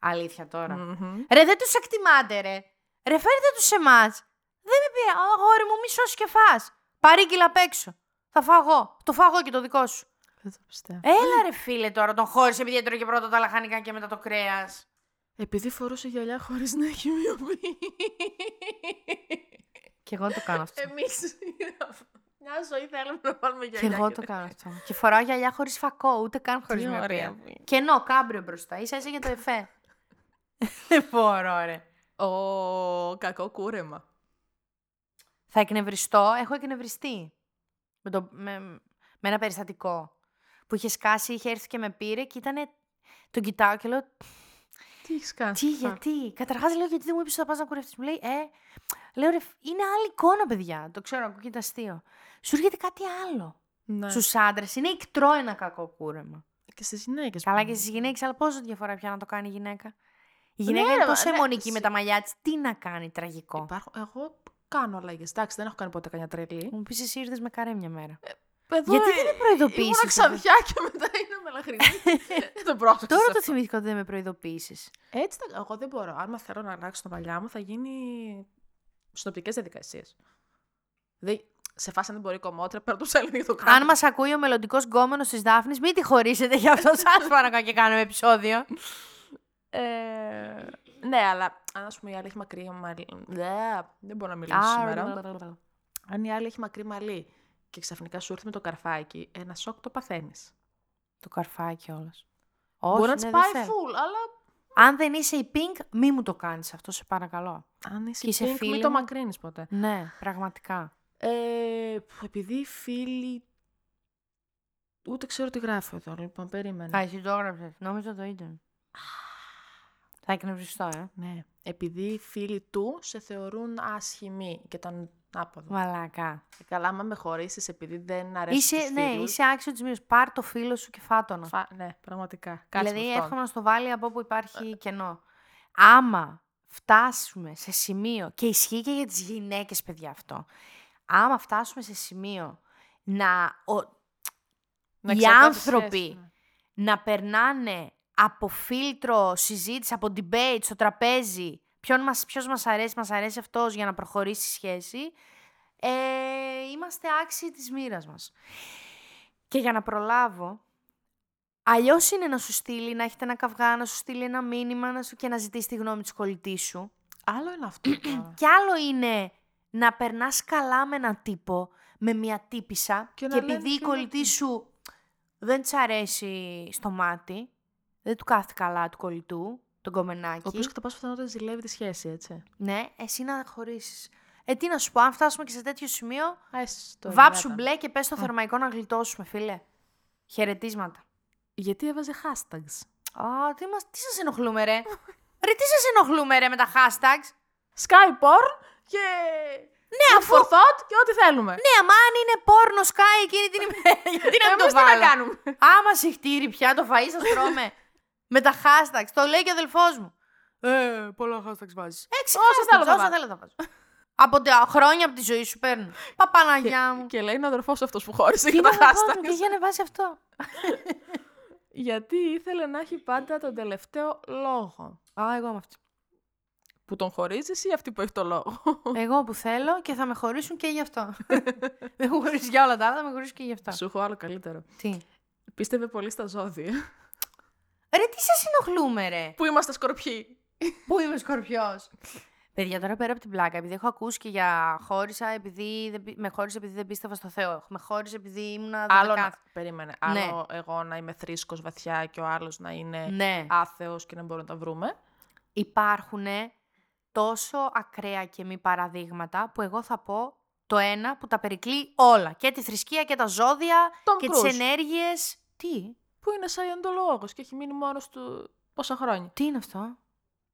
Speaker 2: Αλήθεια τώρα.
Speaker 1: Μμμ.
Speaker 2: Ρε, δεν τους εκτιμάτε, ρε. Ρε, φέρτε τους σε εμάς. Δεν με πειρά. Αγόρι μου, μη σώσεις και φας. Παρήγγυλα απ' έξω. Θα φάω εγώ. Το φάω εγώ και το δικό σου.
Speaker 1: Δεν το πιστεύω.
Speaker 2: Έλα, ρε, φίλε, τώρα τον χώρισε επειδή έτρωγε πρώτα τα λαχανικά και μετά το κρέας.
Speaker 1: Επειδή φορούσε γυαλιά χωρίς να έχει μοιοπή.
Speaker 2: Κι εγώ το κάνω αυτό.
Speaker 1: Εμείς. Μια ζωή θέλουμε να βάλουμε
Speaker 2: Κι
Speaker 1: γυαλιά.
Speaker 2: εγώ το κάνω αυτό. Και φοράω γυαλιά χωρίς φακό, ούτε καν χωρίς
Speaker 1: ωραία
Speaker 2: μυοπία.
Speaker 1: που είναι.
Speaker 2: Και ενώ κάμπριο μπροστά, ίσα ίσα για το εφέ. Δεν μπορώ, ρε.
Speaker 1: Ο κακό κούρεμα.
Speaker 2: Θα εκνευριστώ, έχω εκνευριστεί. Με, το, με, με ένα περιστατικό που είχε σκάσει, είχε έρθει και με πήρε και ήτανε... Τον κοιτάω και λέω,
Speaker 1: Τι έχεις κάνει.
Speaker 2: τι, γιατί. Καταρχάς λέω, γιατί δεν μου είπες ότι θα πας να κουρευτείς. Μου λέει, Ε, λέω, ρε, είναι άλλη εικόνα, παιδιά. Το ξέρω, ακούγεται αστείο. Σου έρχεται κάτι άλλο.
Speaker 1: Ναι.
Speaker 2: Στους άντρες είναι ικτρό ένα κακό κούρεμα.
Speaker 1: Και στις γυναίκες.
Speaker 2: Καλά και στις γυναίκες, αλλά πόσο διαφορά πια να το κάνει η γυναίκα. Η γυναίκα
Speaker 1: ρε,
Speaker 2: είναι
Speaker 1: μα,
Speaker 2: τόσο
Speaker 1: ρε,
Speaker 2: αιμονική με
Speaker 1: συ-
Speaker 2: τα μαλλιά της. Τι να κάνει, τραγικό.
Speaker 1: Υπάρχουν... Εγώ κάνω αλλαγές. Εντάξει, δεν έχω κάνει ποτέ καμιά τρελή.
Speaker 2: Μου πεις εσύ ήρθες με καρέ μια μέρα.
Speaker 1: Εδώ,
Speaker 2: Γιατί
Speaker 1: ε,
Speaker 2: δεν με
Speaker 1: Ήμουν
Speaker 2: προειδοποίησε.
Speaker 1: ξαδιά και μετά είναι μελαχρινή. δεν το πρόσεξα.
Speaker 2: Τώρα το θυμήθηκα ότι δεν με προειδοποίησες.
Speaker 1: Έτσι, τα- εγώ δεν μπορώ. Αν θέλω να αλλάξω τα μαλλιά μου, θα γίνει συνοπτικές διαδικασίες. Δηλαδή, σε φάση αν δεν μπορεί η κομμότρια, παίρνω το σέλιδι και το κάνω.
Speaker 2: Αν μας ακούει ο μελλοντικός γκόμενος της Δάφνης, μην τη χωρίσετε γι' αυτό. Σας παρακαλώ και κάνουμε επεισόδιο.
Speaker 1: Ε, ναι, αλλά αν ας πούμε η άλλη έχει μακρύ μαλλί. Δε, δεν μπορώ να μιλήσω
Speaker 2: Α, ναι,
Speaker 1: σήμερα.
Speaker 2: ρα-ρα-ρα-ρα.
Speaker 1: Αν η άλλη έχει μακρύ μαλλί και ξαφνικά σου έρθει με το καρφάκι, ένα σοκ το παθαίνεις.
Speaker 2: Το καρφάκι όλα.
Speaker 1: Μπορεί
Speaker 2: Όχι,
Speaker 1: να τη
Speaker 2: ναι,
Speaker 1: πάει
Speaker 2: δεν θέλω.
Speaker 1: full, αλλά
Speaker 2: Αν δεν είσαι η Pink, μη μου το κάνεις αυτό, σε παρακαλώ.
Speaker 1: αν είσαι,
Speaker 2: Και είσαι
Speaker 1: pink,
Speaker 2: φίλη
Speaker 1: μην το
Speaker 2: μου.
Speaker 1: μακρύνεις ποτέ.
Speaker 2: Ναι, πραγματικά.
Speaker 1: Ε, που επειδή οι φίλοι. Ούτε ξέρω τι γράφω εδώ, λοιπόν, περίμενα.
Speaker 2: Α, εσύ το έγραψες. Νόμιζα το ήταν. Θα εκνευριστώ, ε.
Speaker 1: Ναι. Επειδή οι φίλοι του σε θεωρούν άσχημοι και τον άποδο.
Speaker 2: Μαλάκα.
Speaker 1: Και Καλά, άμα με χωρίσεις επειδή δεν αρέσει
Speaker 2: Είσαι,
Speaker 1: στους
Speaker 2: ναι,
Speaker 1: φίλους,
Speaker 2: είσαι άξιος της μοίρας. Πάρ το φίλο σου και φάτονα.
Speaker 1: φα- Ναι, πραγματικά. Κάτσε
Speaker 2: Δηλαδή,
Speaker 1: με αυτόν.
Speaker 2: εύχομαι να στο βάλει από όπου υπάρχει κενό. Άμα φτάσουμε σε σημείο, και ισχύει και για τις γυναίκες, παιδιά, αυτό. Άμα φτάσουμε σε σημείο να, ο-
Speaker 1: Να
Speaker 2: οι
Speaker 1: εξαρτάται
Speaker 2: άνθρωποι.
Speaker 1: σχέση, ναι.
Speaker 2: να περνάνε από φίλτρο συζήτηση, από debate στο τραπέζι, ποιον μας, ποιος μας αρέσει, μας αρέσει αυτός για να προχωρήσει η σχέση, ε, είμαστε άξιοι της μοίρας μας. Και για να προλάβω, αλλιώς είναι να σου στείλει, να έχετε ένα καυγά, να σου στείλει ένα μήνυμα να σου, και να ζητήσει τη γνώμη της κολλητή σου.
Speaker 1: Άλλο είναι αυτό τώρα.
Speaker 2: Και άλλο είναι να περνάς καλά με έναν τύπο, με μια τύπησα
Speaker 1: Και
Speaker 2: και,
Speaker 1: να λένε
Speaker 2: επειδή η
Speaker 1: φίλε
Speaker 2: κολλητή
Speaker 1: του.
Speaker 2: σου δεν της αρέσει στο μάτι, δεν του κάθεται καλά του κολλητού, τον κομμενάκι,
Speaker 1: Ο οποίος κατά πάσα πιθανότητα ζηλεύει τη σχέση, έτσι.
Speaker 2: ναι, εσύ να χωρίσεις. Ε, τι να σου πω, αν φτάσουμε και σε τέτοιο σημείο,
Speaker 1: Ας το
Speaker 2: βάψου
Speaker 1: ελάτε.
Speaker 2: μπλε και πες στο
Speaker 1: Mm.
Speaker 2: θερμαϊκό να γλιτώσουμε, φίλε. Χαιρετίσματα.
Speaker 1: Γιατί έβαζε hashtags.
Speaker 2: Α, τι, μας, τι σας ενοχλούμε, ρε. ρε, τι σας ενοχλούμε, ρε, με τα hashtags.
Speaker 1: Sky porn και. Ναι,
Speaker 2: αφού-
Speaker 1: For thought και ό,τι θέλουμε.
Speaker 2: Ναι, αμά αν είναι πόρνο σκάει εκείνη την ημέρα, γιατί να μην το
Speaker 1: Εμείς τι
Speaker 2: βάλω.
Speaker 1: να κάνουμε.
Speaker 2: Άμα σε χτύρι πια το φαΐ σας τρώμε. με τα hashtags. Το λέει και ο αδελφός μου. Ε, πολλά hashtags βάζεις. Έξι
Speaker 1: Όσα θέλω
Speaker 2: hashtags,
Speaker 1: θα
Speaker 2: όσα
Speaker 1: βάζω.
Speaker 2: θέλω θα βάζω. από τα χρόνια από τη ζωή σου παίρνω. Παπαναγιά μου.
Speaker 1: Ε, Και λέει είναι ο αδερφός αυτός που χώρισε
Speaker 2: Τι
Speaker 1: για τα
Speaker 2: να βάζω,
Speaker 1: hashtags.
Speaker 2: Και για να βάζει αυτό.
Speaker 1: Γιατί ήθελε να έχει πάντα τον τελευταίο λόγο.
Speaker 2: Α, εγώ είμαι αυτή.
Speaker 1: Που τον χωρίζεις ή αυτή που έχει το λόγο.
Speaker 2: Εγώ που θέλω και θα με χωρίσουν και γι' αυτό. Δεν μου χωρίσει για όλα τα άλλα, θα με χωρίσουν και γι' αυτό.
Speaker 1: Σου έχω άλλο καλύτερο.
Speaker 2: Τι.
Speaker 1: Πίστευε πολύ στα ζώδια.
Speaker 2: Ρε, τι σας ενοχλούμε, ρε.
Speaker 1: Πού είμαστε σκορπιοί.
Speaker 2: Πού είμαι σκορπιός. Παιδιά, τώρα πέρα από την πλάκα, επειδή έχω ακούσει και για χώρισα επειδή δεν, πι- με χώρισε επειδή δεν πίστευα στο Θεό. Με χώρισε επειδή ήμουν
Speaker 1: Άλλο
Speaker 2: δωδεκάτη.
Speaker 1: να... Περίμενε.
Speaker 2: Ναι.
Speaker 1: Άλλο εγώ να είμαι θρήσκος βαθιά και ο άλλος να είναι
Speaker 2: Ναι.
Speaker 1: άθεος και να μπορούμε να τα βρούμε.
Speaker 2: Υπάρχουν τόσο ακραία και μη παραδείγματα που εγώ θα πω το ένα που τα περικλεί όλα. Και τη θρησκεία και τα ζώδια
Speaker 1: Τον
Speaker 2: και
Speaker 1: Κρούζ.
Speaker 2: τις ενέργειες. Τι,
Speaker 1: Που είναι σαϊοντολόγος και έχει μείνει μόνος του πόσα χρόνια.
Speaker 2: τι είναι αυτό.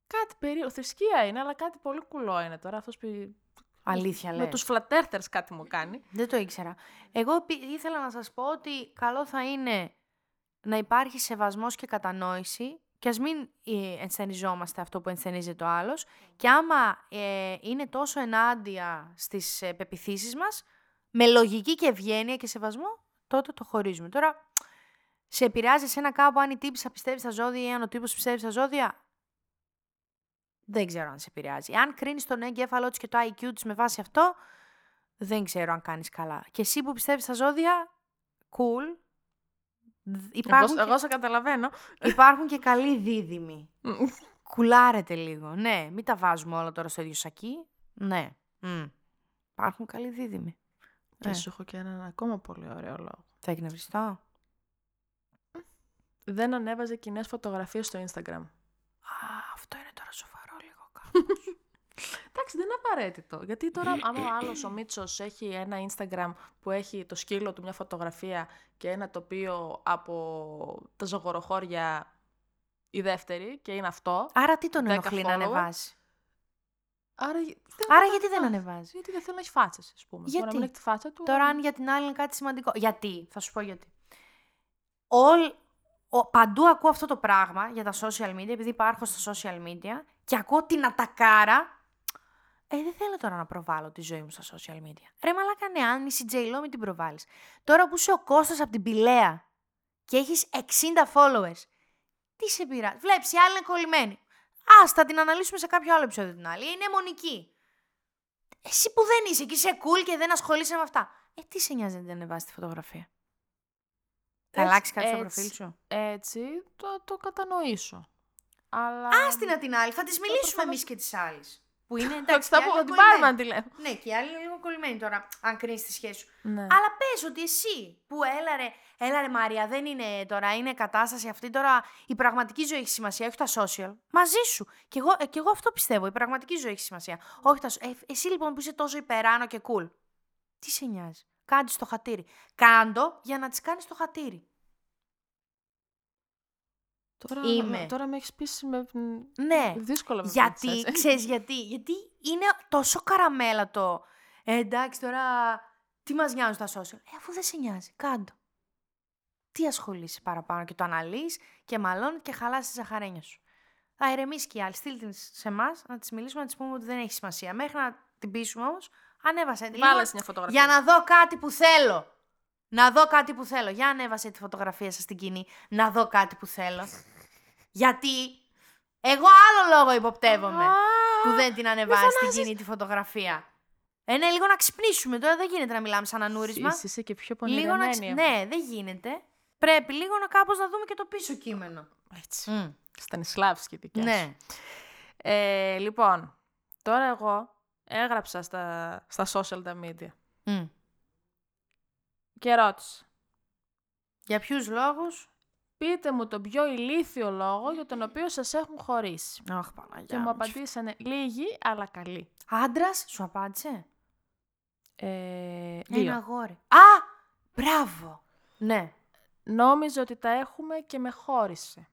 Speaker 1: Κάτι περίεργο. Θρησκεία είναι, αλλά κάτι πολύ κουλό είναι τώρα. Αυτός που...
Speaker 2: Αλήθεια
Speaker 1: Με
Speaker 2: λες.
Speaker 1: τους φλατέρθερς κάτι μου κάνει.
Speaker 2: Δεν το ήξερα. Εγώ πι- ήθελα να σας πω ότι καλό θα είναι να υπάρχει σεβασμός και κατανόηση και ας μην ε, ενσθενιζόμαστε αυτό που ενσθενίζεται ο άλλος και άμα ε, είναι τόσο ενάντια στις ε, πεπιθήσεις μας, με λογική και ευγένεια και σεβασμό, τότε το χωρίζουμε. Τώρα, σε επηρεάζει ένα κάπου αν η τύπησα πιστεύει στα ζώδια ή αν ο τύπος πιστεύει στα ζώδια. Δεν ξέρω αν σε επηρεάζει. Αν κρίνεις τον εγκέφαλό της και το IQ της με βάση αυτό, δεν ξέρω αν κάνεις καλά. Και εσύ που πιστεύεις στα ζώδια, cool. Δ-
Speaker 1: Εγώ,
Speaker 2: Υπάρχουν,
Speaker 1: εγώ σε καταλαβαίνω.
Speaker 2: Και, υπάρχουν και καλοί δίδυμοι. Κουλάρετε λίγο. Ναι, μην τα βάζουμε όλα τώρα στο ίδιο σακί. Ναι. Μμ. Υπάρχουν καλοί δίδυμοι.
Speaker 1: Και
Speaker 2: Ε.
Speaker 1: σου έχω και έναν ακόμα πολύ ωραίο λόγο.
Speaker 2: Θα εκνευριστώ.
Speaker 1: Δεν ανέβαζε κοινές φωτογραφίες στο Instagram.
Speaker 2: Α, αυτό είναι τώρα σοβαρό λίγο κάπου.
Speaker 1: Εντάξει, δεν είναι απαραίτητο. Γιατί τώρα, άμα ο άλλος ο Μίτσος έχει ένα Instagram που έχει το σκύλο του μια φωτογραφία και ένα τοπίο από τα ζωγοροχώρια η δεύτερη και είναι αυτό.
Speaker 2: Άρα τι τον
Speaker 1: Δέκα
Speaker 2: ενοχλεί να
Speaker 1: followers.
Speaker 2: ανεβάζει.
Speaker 1: Άρα, δεν
Speaker 2: Άρα
Speaker 1: θα
Speaker 2: γιατί
Speaker 1: τα
Speaker 2: δεν
Speaker 1: ανεβάζει.
Speaker 2: ανεβάζει.
Speaker 1: Γιατί δεν θέλει να έχει φάτσες, ας πούμε. Μπορεί να
Speaker 2: Γιατί?
Speaker 1: μην έχει τη φάτσα του.
Speaker 2: Τώρα αν για την άλλη είναι κάτι σημαντικό. Γιατί, θα σου πω γιατί. Όλ, ο, παντού ακούω αυτό το πράγμα για τα social media, επειδή υπάρχω στα social media και ακούω την ατακάρα. Ε, δεν θέλω τώρα να προβάλλω τη ζωή μου στα social media. Ρε μαλάκα ναι, αν είσαι J-Lo μην την προβάλλεις. Τώρα που είσαι ο Κώστας από την Πηλαία και έχεις 60 followers, τι σε πειράζει. Βλέπεις, η άλλη είναι κολλημένη. Ας, θα την αναλύσουμε σε κάποιο άλλο επεισόδιο την άλλη. Είναι μονική. Εσύ που δεν είσαι και είσαι cool και δεν ασχολείσαι με αυτά. Ε, τι σε νοιάζει να την ανεβάσεις τη φωτογραφία. Θα
Speaker 1: Έτσι,
Speaker 2: αλλάξει κάτι στο
Speaker 1: έτσι.
Speaker 2: προφίλ σου.
Speaker 1: Έτσι, το, το κατανοήσω. Αλλά.
Speaker 2: Ας την την άλλη, θα τη μιλήσουμε
Speaker 1: προφανώς-
Speaker 2: εμείς και τη άλλη. Που είναι
Speaker 1: Θα τη
Speaker 2: εντάξει.
Speaker 1: τα
Speaker 2: η άλλη
Speaker 1: πω,
Speaker 2: είναι
Speaker 1: θα την πάρουμε
Speaker 2: κολλημένη.
Speaker 1: να τη λέμε.
Speaker 2: Ναι, και η άλλη είναι λίγο κολλημένη τώρα, αν κρίνεις τη σχέση σου.
Speaker 1: Ναι.
Speaker 2: Αλλά πες ότι εσύ που έλαρε, έλαρε Μαρία, δεν είναι τώρα, είναι κατάσταση αυτή τώρα. Η πραγματική ζωή έχει σημασία, όχι τα social. Μαζί σου. Και εγώ, ε, κι εγώ αυτό πιστεύω. Η πραγματική ζωή έχει σημασία. Όχι τα social. εσύ λοιπόν που είσαι τόσο υπεράνω και cool. Τι σε νοιάζει. Κάντε το χατήρι. Κάντο για να τη κάνει το χατήρι.
Speaker 1: Τώρα,
Speaker 2: Είμαι.
Speaker 1: τώρα με έχεις πείσει με.
Speaker 2: Ναι.
Speaker 1: Δύσκολα με πείθεις
Speaker 2: Γιατί,
Speaker 1: έτσι.
Speaker 2: ξέρεις γιατί, γιατί είναι τόσο καραμέλα το «Ε, εντάξει τώρα, τι μας νοιάζουν τα social. Ε, αφού δεν σε νοιάζει, κάντο. Τι ασχολείσαι παραπάνω και το αναλύεις και μαλώνεις και χαλάς τη ζαχαρένια σου. Θα ηρεμήσεις και η άλλη. Στείλ την σε εμάς να της μιλήσουμε, να της πούμε ότι δεν έχει σημασία. Μέχρι να την πείσουμε όμως, ανέβασε τη.
Speaker 1: Βάλε
Speaker 2: λίγο,
Speaker 1: σε μια φωτογραφία.
Speaker 2: για να δω κάτι που θέλω. Να δω κάτι που θέλω. Για ανέβασε τη φωτογραφία σας στην κοινή. Να δω κάτι που θέλω. Γιατί εγώ άλλο λόγο υποπτεύομαι που δεν την ανεβάζει στην κοινή τη φωτογραφία. Ε, ναι, λίγο να ξυπνήσουμε. Τώρα δεν γίνεται να μιλάμε σαν ανούρισμα.
Speaker 1: Εσύ είσαι και πιο
Speaker 2: Λίγο να ξυ-
Speaker 1: πονηρεμένη.
Speaker 2: Ναι, δεν γίνεται. Πρέπει λίγο να κάπως να δούμε και το πίσω κείμενο.
Speaker 1: Έτσι. Στανισλάβσκη δικιά σου.
Speaker 2: Ναι.
Speaker 1: Ε, λοιπόν, τώρα εγώ έγραψα στα, στα social τα media
Speaker 2: Μμ.
Speaker 1: και ρώτησα.
Speaker 2: Για ποιους λόγους.
Speaker 1: Πείτε μου τον πιο ηλίθιο λόγο για τον οποίο σας έχουν χωρίσει.
Speaker 2: Αχ,
Speaker 1: Και
Speaker 2: Παναγιά.
Speaker 1: μου απαντήσανε λίγοι, αλλά καλοί.
Speaker 2: Άντρας, σου απάντησε.
Speaker 1: Ε,
Speaker 2: Ένα
Speaker 1: δύο.
Speaker 2: αγόρι. Α! Μπράβο! Ναι.
Speaker 1: Νόμιζα ότι τα έχουμε και με χώρισε.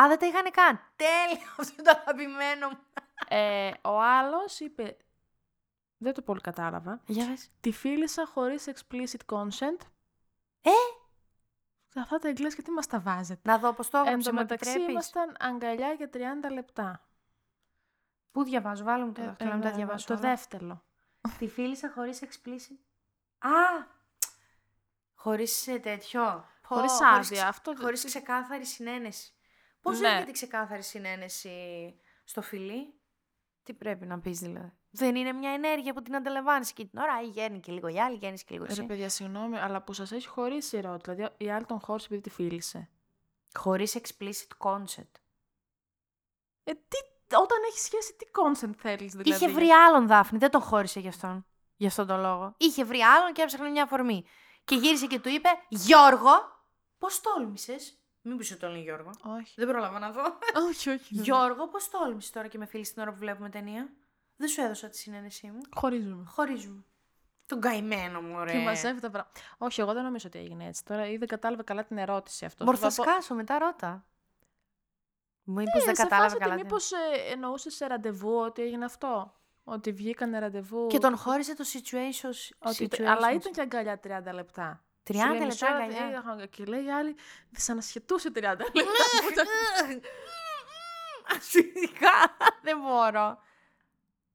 Speaker 2: Α, δεν τα είχαν καν. Τέλειο, αυτό είναι το αγαπημένο μου.
Speaker 1: Ε, ο άλλος είπε, δεν το πολύ κατάλαβα,
Speaker 2: Για πες.
Speaker 1: τη φίλησα χωρίς explicit consent.
Speaker 2: Ε?
Speaker 1: Αυτά τα εγγλές γιατί μας τα βάζετε.
Speaker 2: Να δω πώς το
Speaker 1: Εν
Speaker 2: έγραψε,
Speaker 1: τω
Speaker 2: μου
Speaker 1: μεταξύ
Speaker 2: επιτρέπεις.
Speaker 1: ήμασταν αγκαλιά για 30 λεπτά.
Speaker 2: Πού διαβάζω, βάλω μου το
Speaker 1: Ε,
Speaker 2: δάχτυλο
Speaker 1: ε,
Speaker 2: να μην τα
Speaker 1: ε,
Speaker 2: διαβάσω.
Speaker 1: Το
Speaker 2: όλα.
Speaker 1: δεύτερο.
Speaker 2: Τη φίλησα χωρίς explicit. Α! Χωρίς ε, τέτοιο. Πω,
Speaker 1: Χωρίς άδεια,
Speaker 2: ξε-
Speaker 1: αυτό δεν-
Speaker 2: Χωρίς ξεκάθαρη συνένεση. Πώς
Speaker 1: Ναι.
Speaker 2: λέγεται η ξεκάθαρη συνένεση στο φιλί. Τι πρέπει να πεις δηλαδή. Δεν είναι μια ενέργεια που την αντιλαμβάνεσαι και την ώρα. Ή γέρνει και λίγο η άλλη, γέρνει και λίγο
Speaker 1: Ε, Ρε
Speaker 2: εσύ.
Speaker 1: παιδιά, συγγνώμη, αλλά που σας έχει χωρίσει η ερώτηση. Δηλαδή, η άλλη τον χώρισε επειδή τη φίλησε.
Speaker 2: Χωρίς explicit concept.
Speaker 1: Ε, τι, όταν έχει σχέση, τι consent θέλεις δηλαδή.
Speaker 2: Είχε βρει άλλον Δάφνη, δεν τον χώρισε γι' αυτόν. Γι' αυτόν τον λόγο. Είχε βρει άλλον και έψαχνε μια αφορμή. Και γύρισε και του είπε: Γιώργο, πώς τόλμησες. Μην πεις ότι τον λέει Γιώργο.
Speaker 1: Όχι.
Speaker 2: Δεν πρόλαβα να δω.
Speaker 1: όχι, όχι. Γιώ...
Speaker 2: Γιώργο, πώς τόλμησες τώρα και με φίλη την ώρα που βλέπουμε ταινία. Δεν σου έδωσα τη συνένεσή μου.
Speaker 1: Χωρίζουμε.
Speaker 2: Χωρίζουμε. Τον καημένο μου, ωραία.
Speaker 1: Και μαζεύει τα πράγματα. Όχι, εγώ δεν νομίζω ότι έγινε έτσι. Τώρα ή δεν κατάλαβε καλά την ερώτηση αυτό.
Speaker 2: Μπορεί
Speaker 1: Θα
Speaker 2: θα
Speaker 1: πω-
Speaker 2: σκάσω μετά, ρώτα. Μήπως
Speaker 1: Ε,
Speaker 2: δεν
Speaker 1: σε
Speaker 2: κατάλαβα
Speaker 1: φάση
Speaker 2: καλά.
Speaker 1: Ότι
Speaker 2: τι-
Speaker 1: μήπως ε, εννοούσε σε ραντεβού ότι έγινε αυτό. Ότι βγήκανε ραντεβού.
Speaker 2: Και τον χώρισε το situation.
Speaker 1: Ότι,
Speaker 2: situation.
Speaker 1: αλλά ήταν και αγκαλιά 30 λεπτά.
Speaker 2: 30
Speaker 1: Σου λέει,
Speaker 2: λεπτά
Speaker 1: «Μισό ώρα,
Speaker 2: αγκαλιά». Ναι,
Speaker 1: ε, είχα- Και λέει η άλλη, δυσανασχετούσε 30 λεπτά.
Speaker 2: Ασφυκτικά. Δεν μπορώ.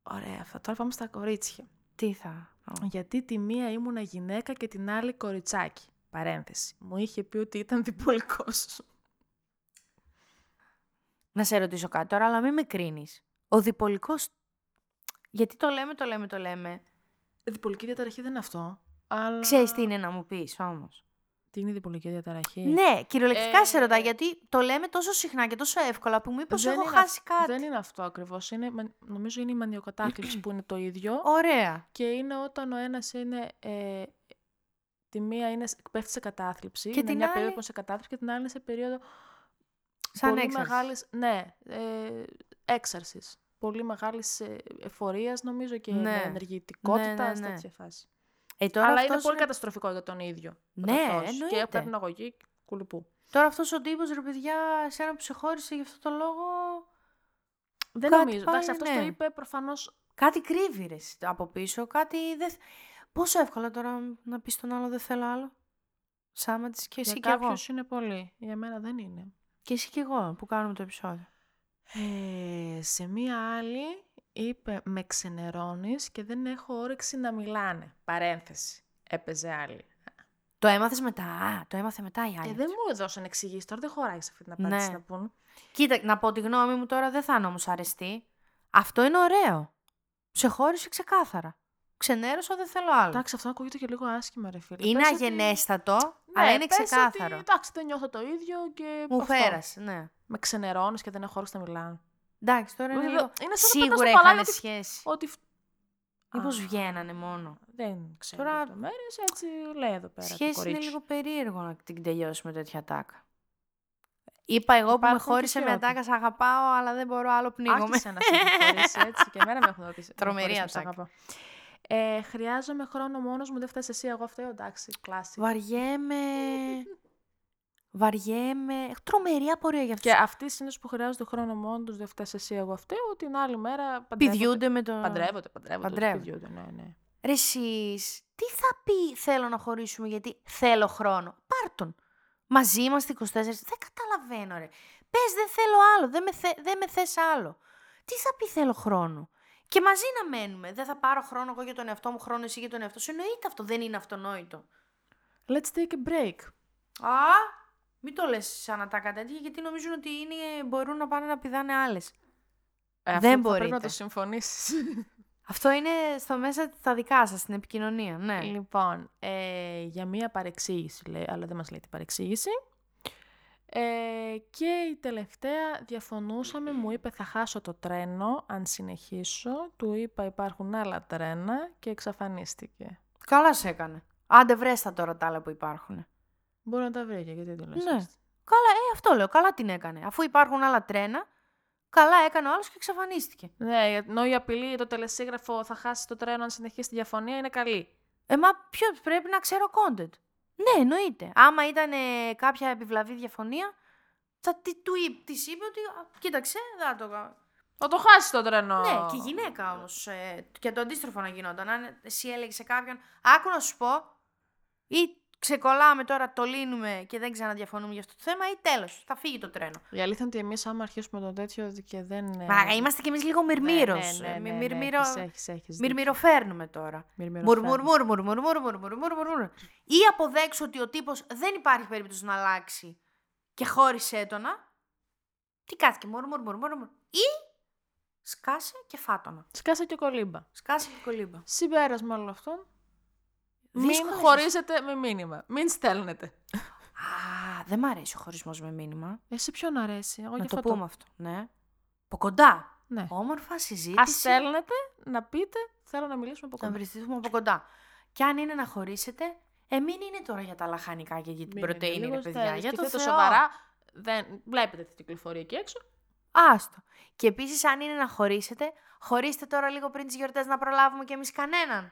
Speaker 1: Ωραία, αυτά. Τώρα πάμε στα κορίτσια.
Speaker 2: Τι θα.
Speaker 1: Γιατί τη μία ήμουνα γυναίκα και την άλλη κοριτσάκι. Παρένθεση. Μου είχε πει ότι ήταν διπολικός.
Speaker 2: Να σε ρωτήσω κάτι τώρα, αλλά μην με κρίνεις. Ο διπολικός. Γιατί το λέμε, το λέμε, το λέμε.
Speaker 1: Διπολική διαταραχή δεν είναι αυτό. Αλλά...
Speaker 2: Ξέρεις τι είναι να μου πεις όμως.
Speaker 1: Τι είναι η διπολική διαταραχή.
Speaker 2: Ναι, κυριολεκτικά
Speaker 1: Ε,
Speaker 2: σε ρωτά, γιατί το λέμε τόσο συχνά και τόσο εύκολα που μήπως
Speaker 1: Δεν
Speaker 2: έχω
Speaker 1: είναι
Speaker 2: χάσει
Speaker 1: αυ-
Speaker 2: κάτι.
Speaker 1: Δεν είναι αυτό ακριβώς. Είναι, μα- νομίζω είναι η μανιοκατάθλιψη που είναι το ίδιο.
Speaker 2: Ωραία.
Speaker 1: Και είναι όταν ο ένας είναι... Ε, τη μία είναι, σ- πέφτει σε κατάθλιψη.
Speaker 2: Και
Speaker 1: είναι
Speaker 2: την
Speaker 1: μια
Speaker 2: άλλη-
Speaker 1: περίοδο που είναι σε κατάθλιψη και την άλλη είναι σε περίοδο
Speaker 2: Σαν
Speaker 1: πολύ
Speaker 2: έξαρση.
Speaker 1: μεγάλης... Ναι, ε, έξαρσης. Πολύ μεγάλης ε, εφορίας νομίζω και
Speaker 2: Ναι. Ναι,
Speaker 1: ενεργητικότητας,
Speaker 2: ναι, ναι.
Speaker 1: τέτοια φάση.
Speaker 2: Ε, τώρα
Speaker 1: Αλλά
Speaker 2: αυτός
Speaker 1: είναι πολύ
Speaker 2: είναι-
Speaker 1: καταστροφικό για τον ίδιο.
Speaker 2: Ναι,
Speaker 1: ο ταυτός. Και
Speaker 2: εννοείται.
Speaker 1: παίρνει αγωγή κουλουπού.
Speaker 2: Τώρα αυτός ο τύπος, ρε παιδιά, εσένα που σε χώρισε γι' αυτό το λόγο.
Speaker 1: Δεν
Speaker 2: Κάτι
Speaker 1: νομίζω.
Speaker 2: πάλι,
Speaker 1: Εντάξει, αυτός
Speaker 2: ναι.
Speaker 1: το είπε προφανώς.
Speaker 2: Κάτι κρύβει ρε, εσύ, από πίσω, κάτι δεν... θ- Πόσο εύκολα τώρα να πεις τον άλλο δεν θέλω άλλο. Σάμα της και εσύ
Speaker 1: Για
Speaker 2: και εγώ.
Speaker 1: κάποιους είναι πολύ. Για μένα δεν είναι.
Speaker 2: Και εσύ και εγώ που κάνουμε το επεισόδιο.
Speaker 1: Ε, σε μία άλλη είπε με ξενερώνεις και δεν έχω όρεξη να μιλάνε. Παρένθεση. Έπαιζε άλλη.
Speaker 2: Το έμαθες μετά, α, το έμαθε μετά η άλλη.
Speaker 1: Ε, δεν μου έδωσαν εξηγήσεις. Τώρα δεν χωράει σε αυτή την απάντηση
Speaker 2: Ναι.
Speaker 1: να πούν.
Speaker 2: Κοίτα, να πω τη γνώμη μου τώρα δεν θα είναι όμως αρεστή. Αυτό είναι ωραίο. Σε χώρισε ξεκάθαρα. Ξενέρωσα δεν θέλω άλλο.
Speaker 1: Εντάξει, αυτό ακούγεται και λίγο άσχημα, ρε φίλε.
Speaker 2: είναι
Speaker 1: Πες ότι-
Speaker 2: αγενέστατο,
Speaker 1: Ναι,
Speaker 2: αλλά είναι
Speaker 1: πες Ότι,
Speaker 2: ξεκάθαρο.
Speaker 1: εντάξει, δεν νιώθω το ίδιο και.
Speaker 2: Μου
Speaker 1: αυτό.
Speaker 2: φέρασε, ναι.
Speaker 1: Με ξενερώνεις και δεν έχω όρεξη να μιλάνε.
Speaker 2: Εντάξει, τώρα είναι
Speaker 1: Βέβαια,
Speaker 2: λίγο...
Speaker 1: είναι σαν να
Speaker 2: Σίγουρα
Speaker 1: πετάς το
Speaker 2: είχαν
Speaker 1: παλάκι ότι-
Speaker 2: σχέση.
Speaker 1: Ότι. φ-
Speaker 2: Μήπως
Speaker 1: Α,
Speaker 2: βγαίνανε μόνο.
Speaker 1: Δεν ξέρω
Speaker 2: Τώρα-
Speaker 1: Τώρα... λεπτομέρειες, έτσι λέει εδώ πέρα το
Speaker 2: σχέση
Speaker 1: κορίτσι.
Speaker 2: είναι λίγο περίεργο να την τελειώσεις με τέτοια τάκα. Είπα εγώ που με
Speaker 1: Υπάρχουν και
Speaker 2: χώρισε με
Speaker 1: χειρότεροι.
Speaker 2: τάκα, σ' αγαπάω, αλλά δεν μπορώ άλλο πνίγομαι.
Speaker 1: Άρχισε να σε χωρίσει έτσι και εμένα με έχουν ρωτήσει.
Speaker 2: Τρομερή
Speaker 1: με έχουν χωρίσει,
Speaker 2: ατάκα.
Speaker 1: σ' αγαπάω. Ε, χρειάζομαι χρόνο μόνος μου, δεν φτάσει εσύ, εγώ φταίω, εντάξει, κλάση.
Speaker 2: Βαριέμαι. Βαριέμαι. Έχω Τρομερή απορία για
Speaker 1: Και
Speaker 2: αυτούς.
Speaker 1: αυτοί συνήθως που χρειάζονται χρόνο μόνοι τους, δεν φτάσει εσύ, εγώ φταίω, την άλλη μέρα παντρεύονται.
Speaker 2: Πηδιούνται με το.
Speaker 1: Παντρεύονται, παντρεύονται.
Speaker 2: Παντρεύονται.
Speaker 1: πηδιούνται, ναι, ναι.
Speaker 2: Ρε εσείς, τι θα πει θέλω να χωρίσουμε γιατί θέλω χρόνο. Πάρ' τον. Μαζί είμαστε 24. Δεν καταλαβαίνω ρε. Πες δεν θέλω άλλο, δεν με, θε, δεν με θες άλλο. Τι θα πει θέλω χρόνο. Και μαζί να μένουμε. Δεν θα πάρω χρόνο εγώ για τον εαυτό μου, χρόνο εσύ για τον εαυτό σου. Εννοείται αυτό, δεν είναι αυτονόητο.
Speaker 1: Let's take a break.
Speaker 2: Α, μην το λες σαν ατάκα τέτοια, γιατί νομίζουν ότι είναι, μπορούν να πάνε να πηδάνε άλλες.
Speaker 1: Ε,
Speaker 2: Δεν
Speaker 1: αυτό θα πρέπει να
Speaker 2: μπορείτε.
Speaker 1: το συμφωνήσεις.
Speaker 2: Αυτό είναι στο μέσα τα δικά σας, στην επικοινωνία, ναι.
Speaker 1: Λοιπόν, ε, για μία παρεξήγηση λέει, αλλά δεν μας λέει τι παρεξήγηση. Ε, και η τελευταία διαφωνούσαμε, μου είπε θα χάσω το τρένο αν συνεχίσω. Του είπα υπάρχουν άλλα τρένα και εξαφανίστηκε.
Speaker 2: Καλά σε έκανε. Άντε βρες τα τώρα τα άλλα που υπάρχουν.
Speaker 1: Μπορεί να τα βρήκε, γιατί δεν το λες.
Speaker 2: Ναι.
Speaker 1: έτσι.
Speaker 2: Καλά, ε, αυτό λέω. Καλά την έκανε. Αφού υπάρχουν άλλα τρένα, καλά έκανε ο άλλος και εξαφανίστηκε.
Speaker 1: Ναι, ενώ η απειλή, το τελεσίγραφο θα χάσει το τρένο αν συνεχίσει τη διαφωνία είναι καλή.
Speaker 2: Ε, μα ποιο πρέπει να ξέρω content. Ναι, εννοείται. Άμα ήταν ε, κάποια επιβλαβή διαφωνία, θα τη, του, είπ- της είπε ότι «Α, κοίταξε, δεν το κάνω».
Speaker 1: Θα το χάσει το τρένο.
Speaker 2: Ναι, και γυναίκα ε, όμω. και το αντίστροφο να γινόταν. Αν εσύ έλεγες σε κάποιον, άκου να σου πω, ή ξεκολλάμε τώρα, το λύνουμε και δεν ξαναδιαφωνούμε για αυτό το θέμα ή τέλος, θα φύγει το τρένο.
Speaker 1: Η αλήθεια είναι ότι εμείς, άμα αρχίσουμε το τέτοιο και δεν. ε,
Speaker 2: Μα είμαστε κι εμείς λίγο μυρμύρος. Ε,
Speaker 1: Ναι, ναι, ναι, ναι, ναι,
Speaker 2: Μυρμυρο-
Speaker 1: έχεις- έχεις- έχεις δίκιο.
Speaker 2: Μυρμυροφέρνουμε τώρα.
Speaker 1: Μυρμυροφέρνουμε.
Speaker 2: Μουρμουρ, μουρμουρ, μουρμουρ, μουρμουρ, μουρμουρ, μουρμουρ. Ή αποδέξω ότι ο τύπος δεν υπάρχει περίπτωση να αλλάξει και χώρισε έτονα. Τι κάθεται, μουρμουρ, μουρμουρ, μουρμουρ. Ή σκάσε και φάτονα.
Speaker 1: Σκάσε και κολύμπα.
Speaker 2: Σκάσε και κολύμπα.
Speaker 1: Συμπέρασμα όλων αυτών. Μην
Speaker 2: Δύσκολες.
Speaker 1: χωρίζετε με μήνυμα. Μην στέλνετε.
Speaker 2: Α, δεν μ' αρέσει ο χωρισμός με μήνυμα.
Speaker 1: Εσύ Ε, ποιον αρέσει. Εγώ
Speaker 2: Να
Speaker 1: και
Speaker 2: το Ε.
Speaker 1: αυτό
Speaker 2: πούμε αυτό. Ναι. Από κοντά.
Speaker 1: Ναι.
Speaker 2: Όμορφα
Speaker 1: Α
Speaker 2: συζήτηση.
Speaker 1: στέλνετε να πείτε θέλω να μιλήσουμε από
Speaker 2: Να
Speaker 1: κοντά.
Speaker 2: βρισκόμαστε από κοντά. Και αν είναι να χωρίσετε, ε, μην είναι τώρα για τα λαχανικά και για την
Speaker 1: Μην είναι
Speaker 2: πρωτεΐνη,
Speaker 1: λίγο
Speaker 2: ρε παιδιά.
Speaker 1: στέλνεις.
Speaker 2: Για το
Speaker 1: Σκεφτείτε
Speaker 2: Θεό.
Speaker 1: σοβαρά. Δεν... Βλέπετε τι κυκλοφορεί εκεί έξω.
Speaker 2: Άστο. Και επίσης, αν είναι να χωρίσετε, χωρίστε τώρα λίγο πριν τις γιορτές να προλάβουμε κι εμείς κανέναν.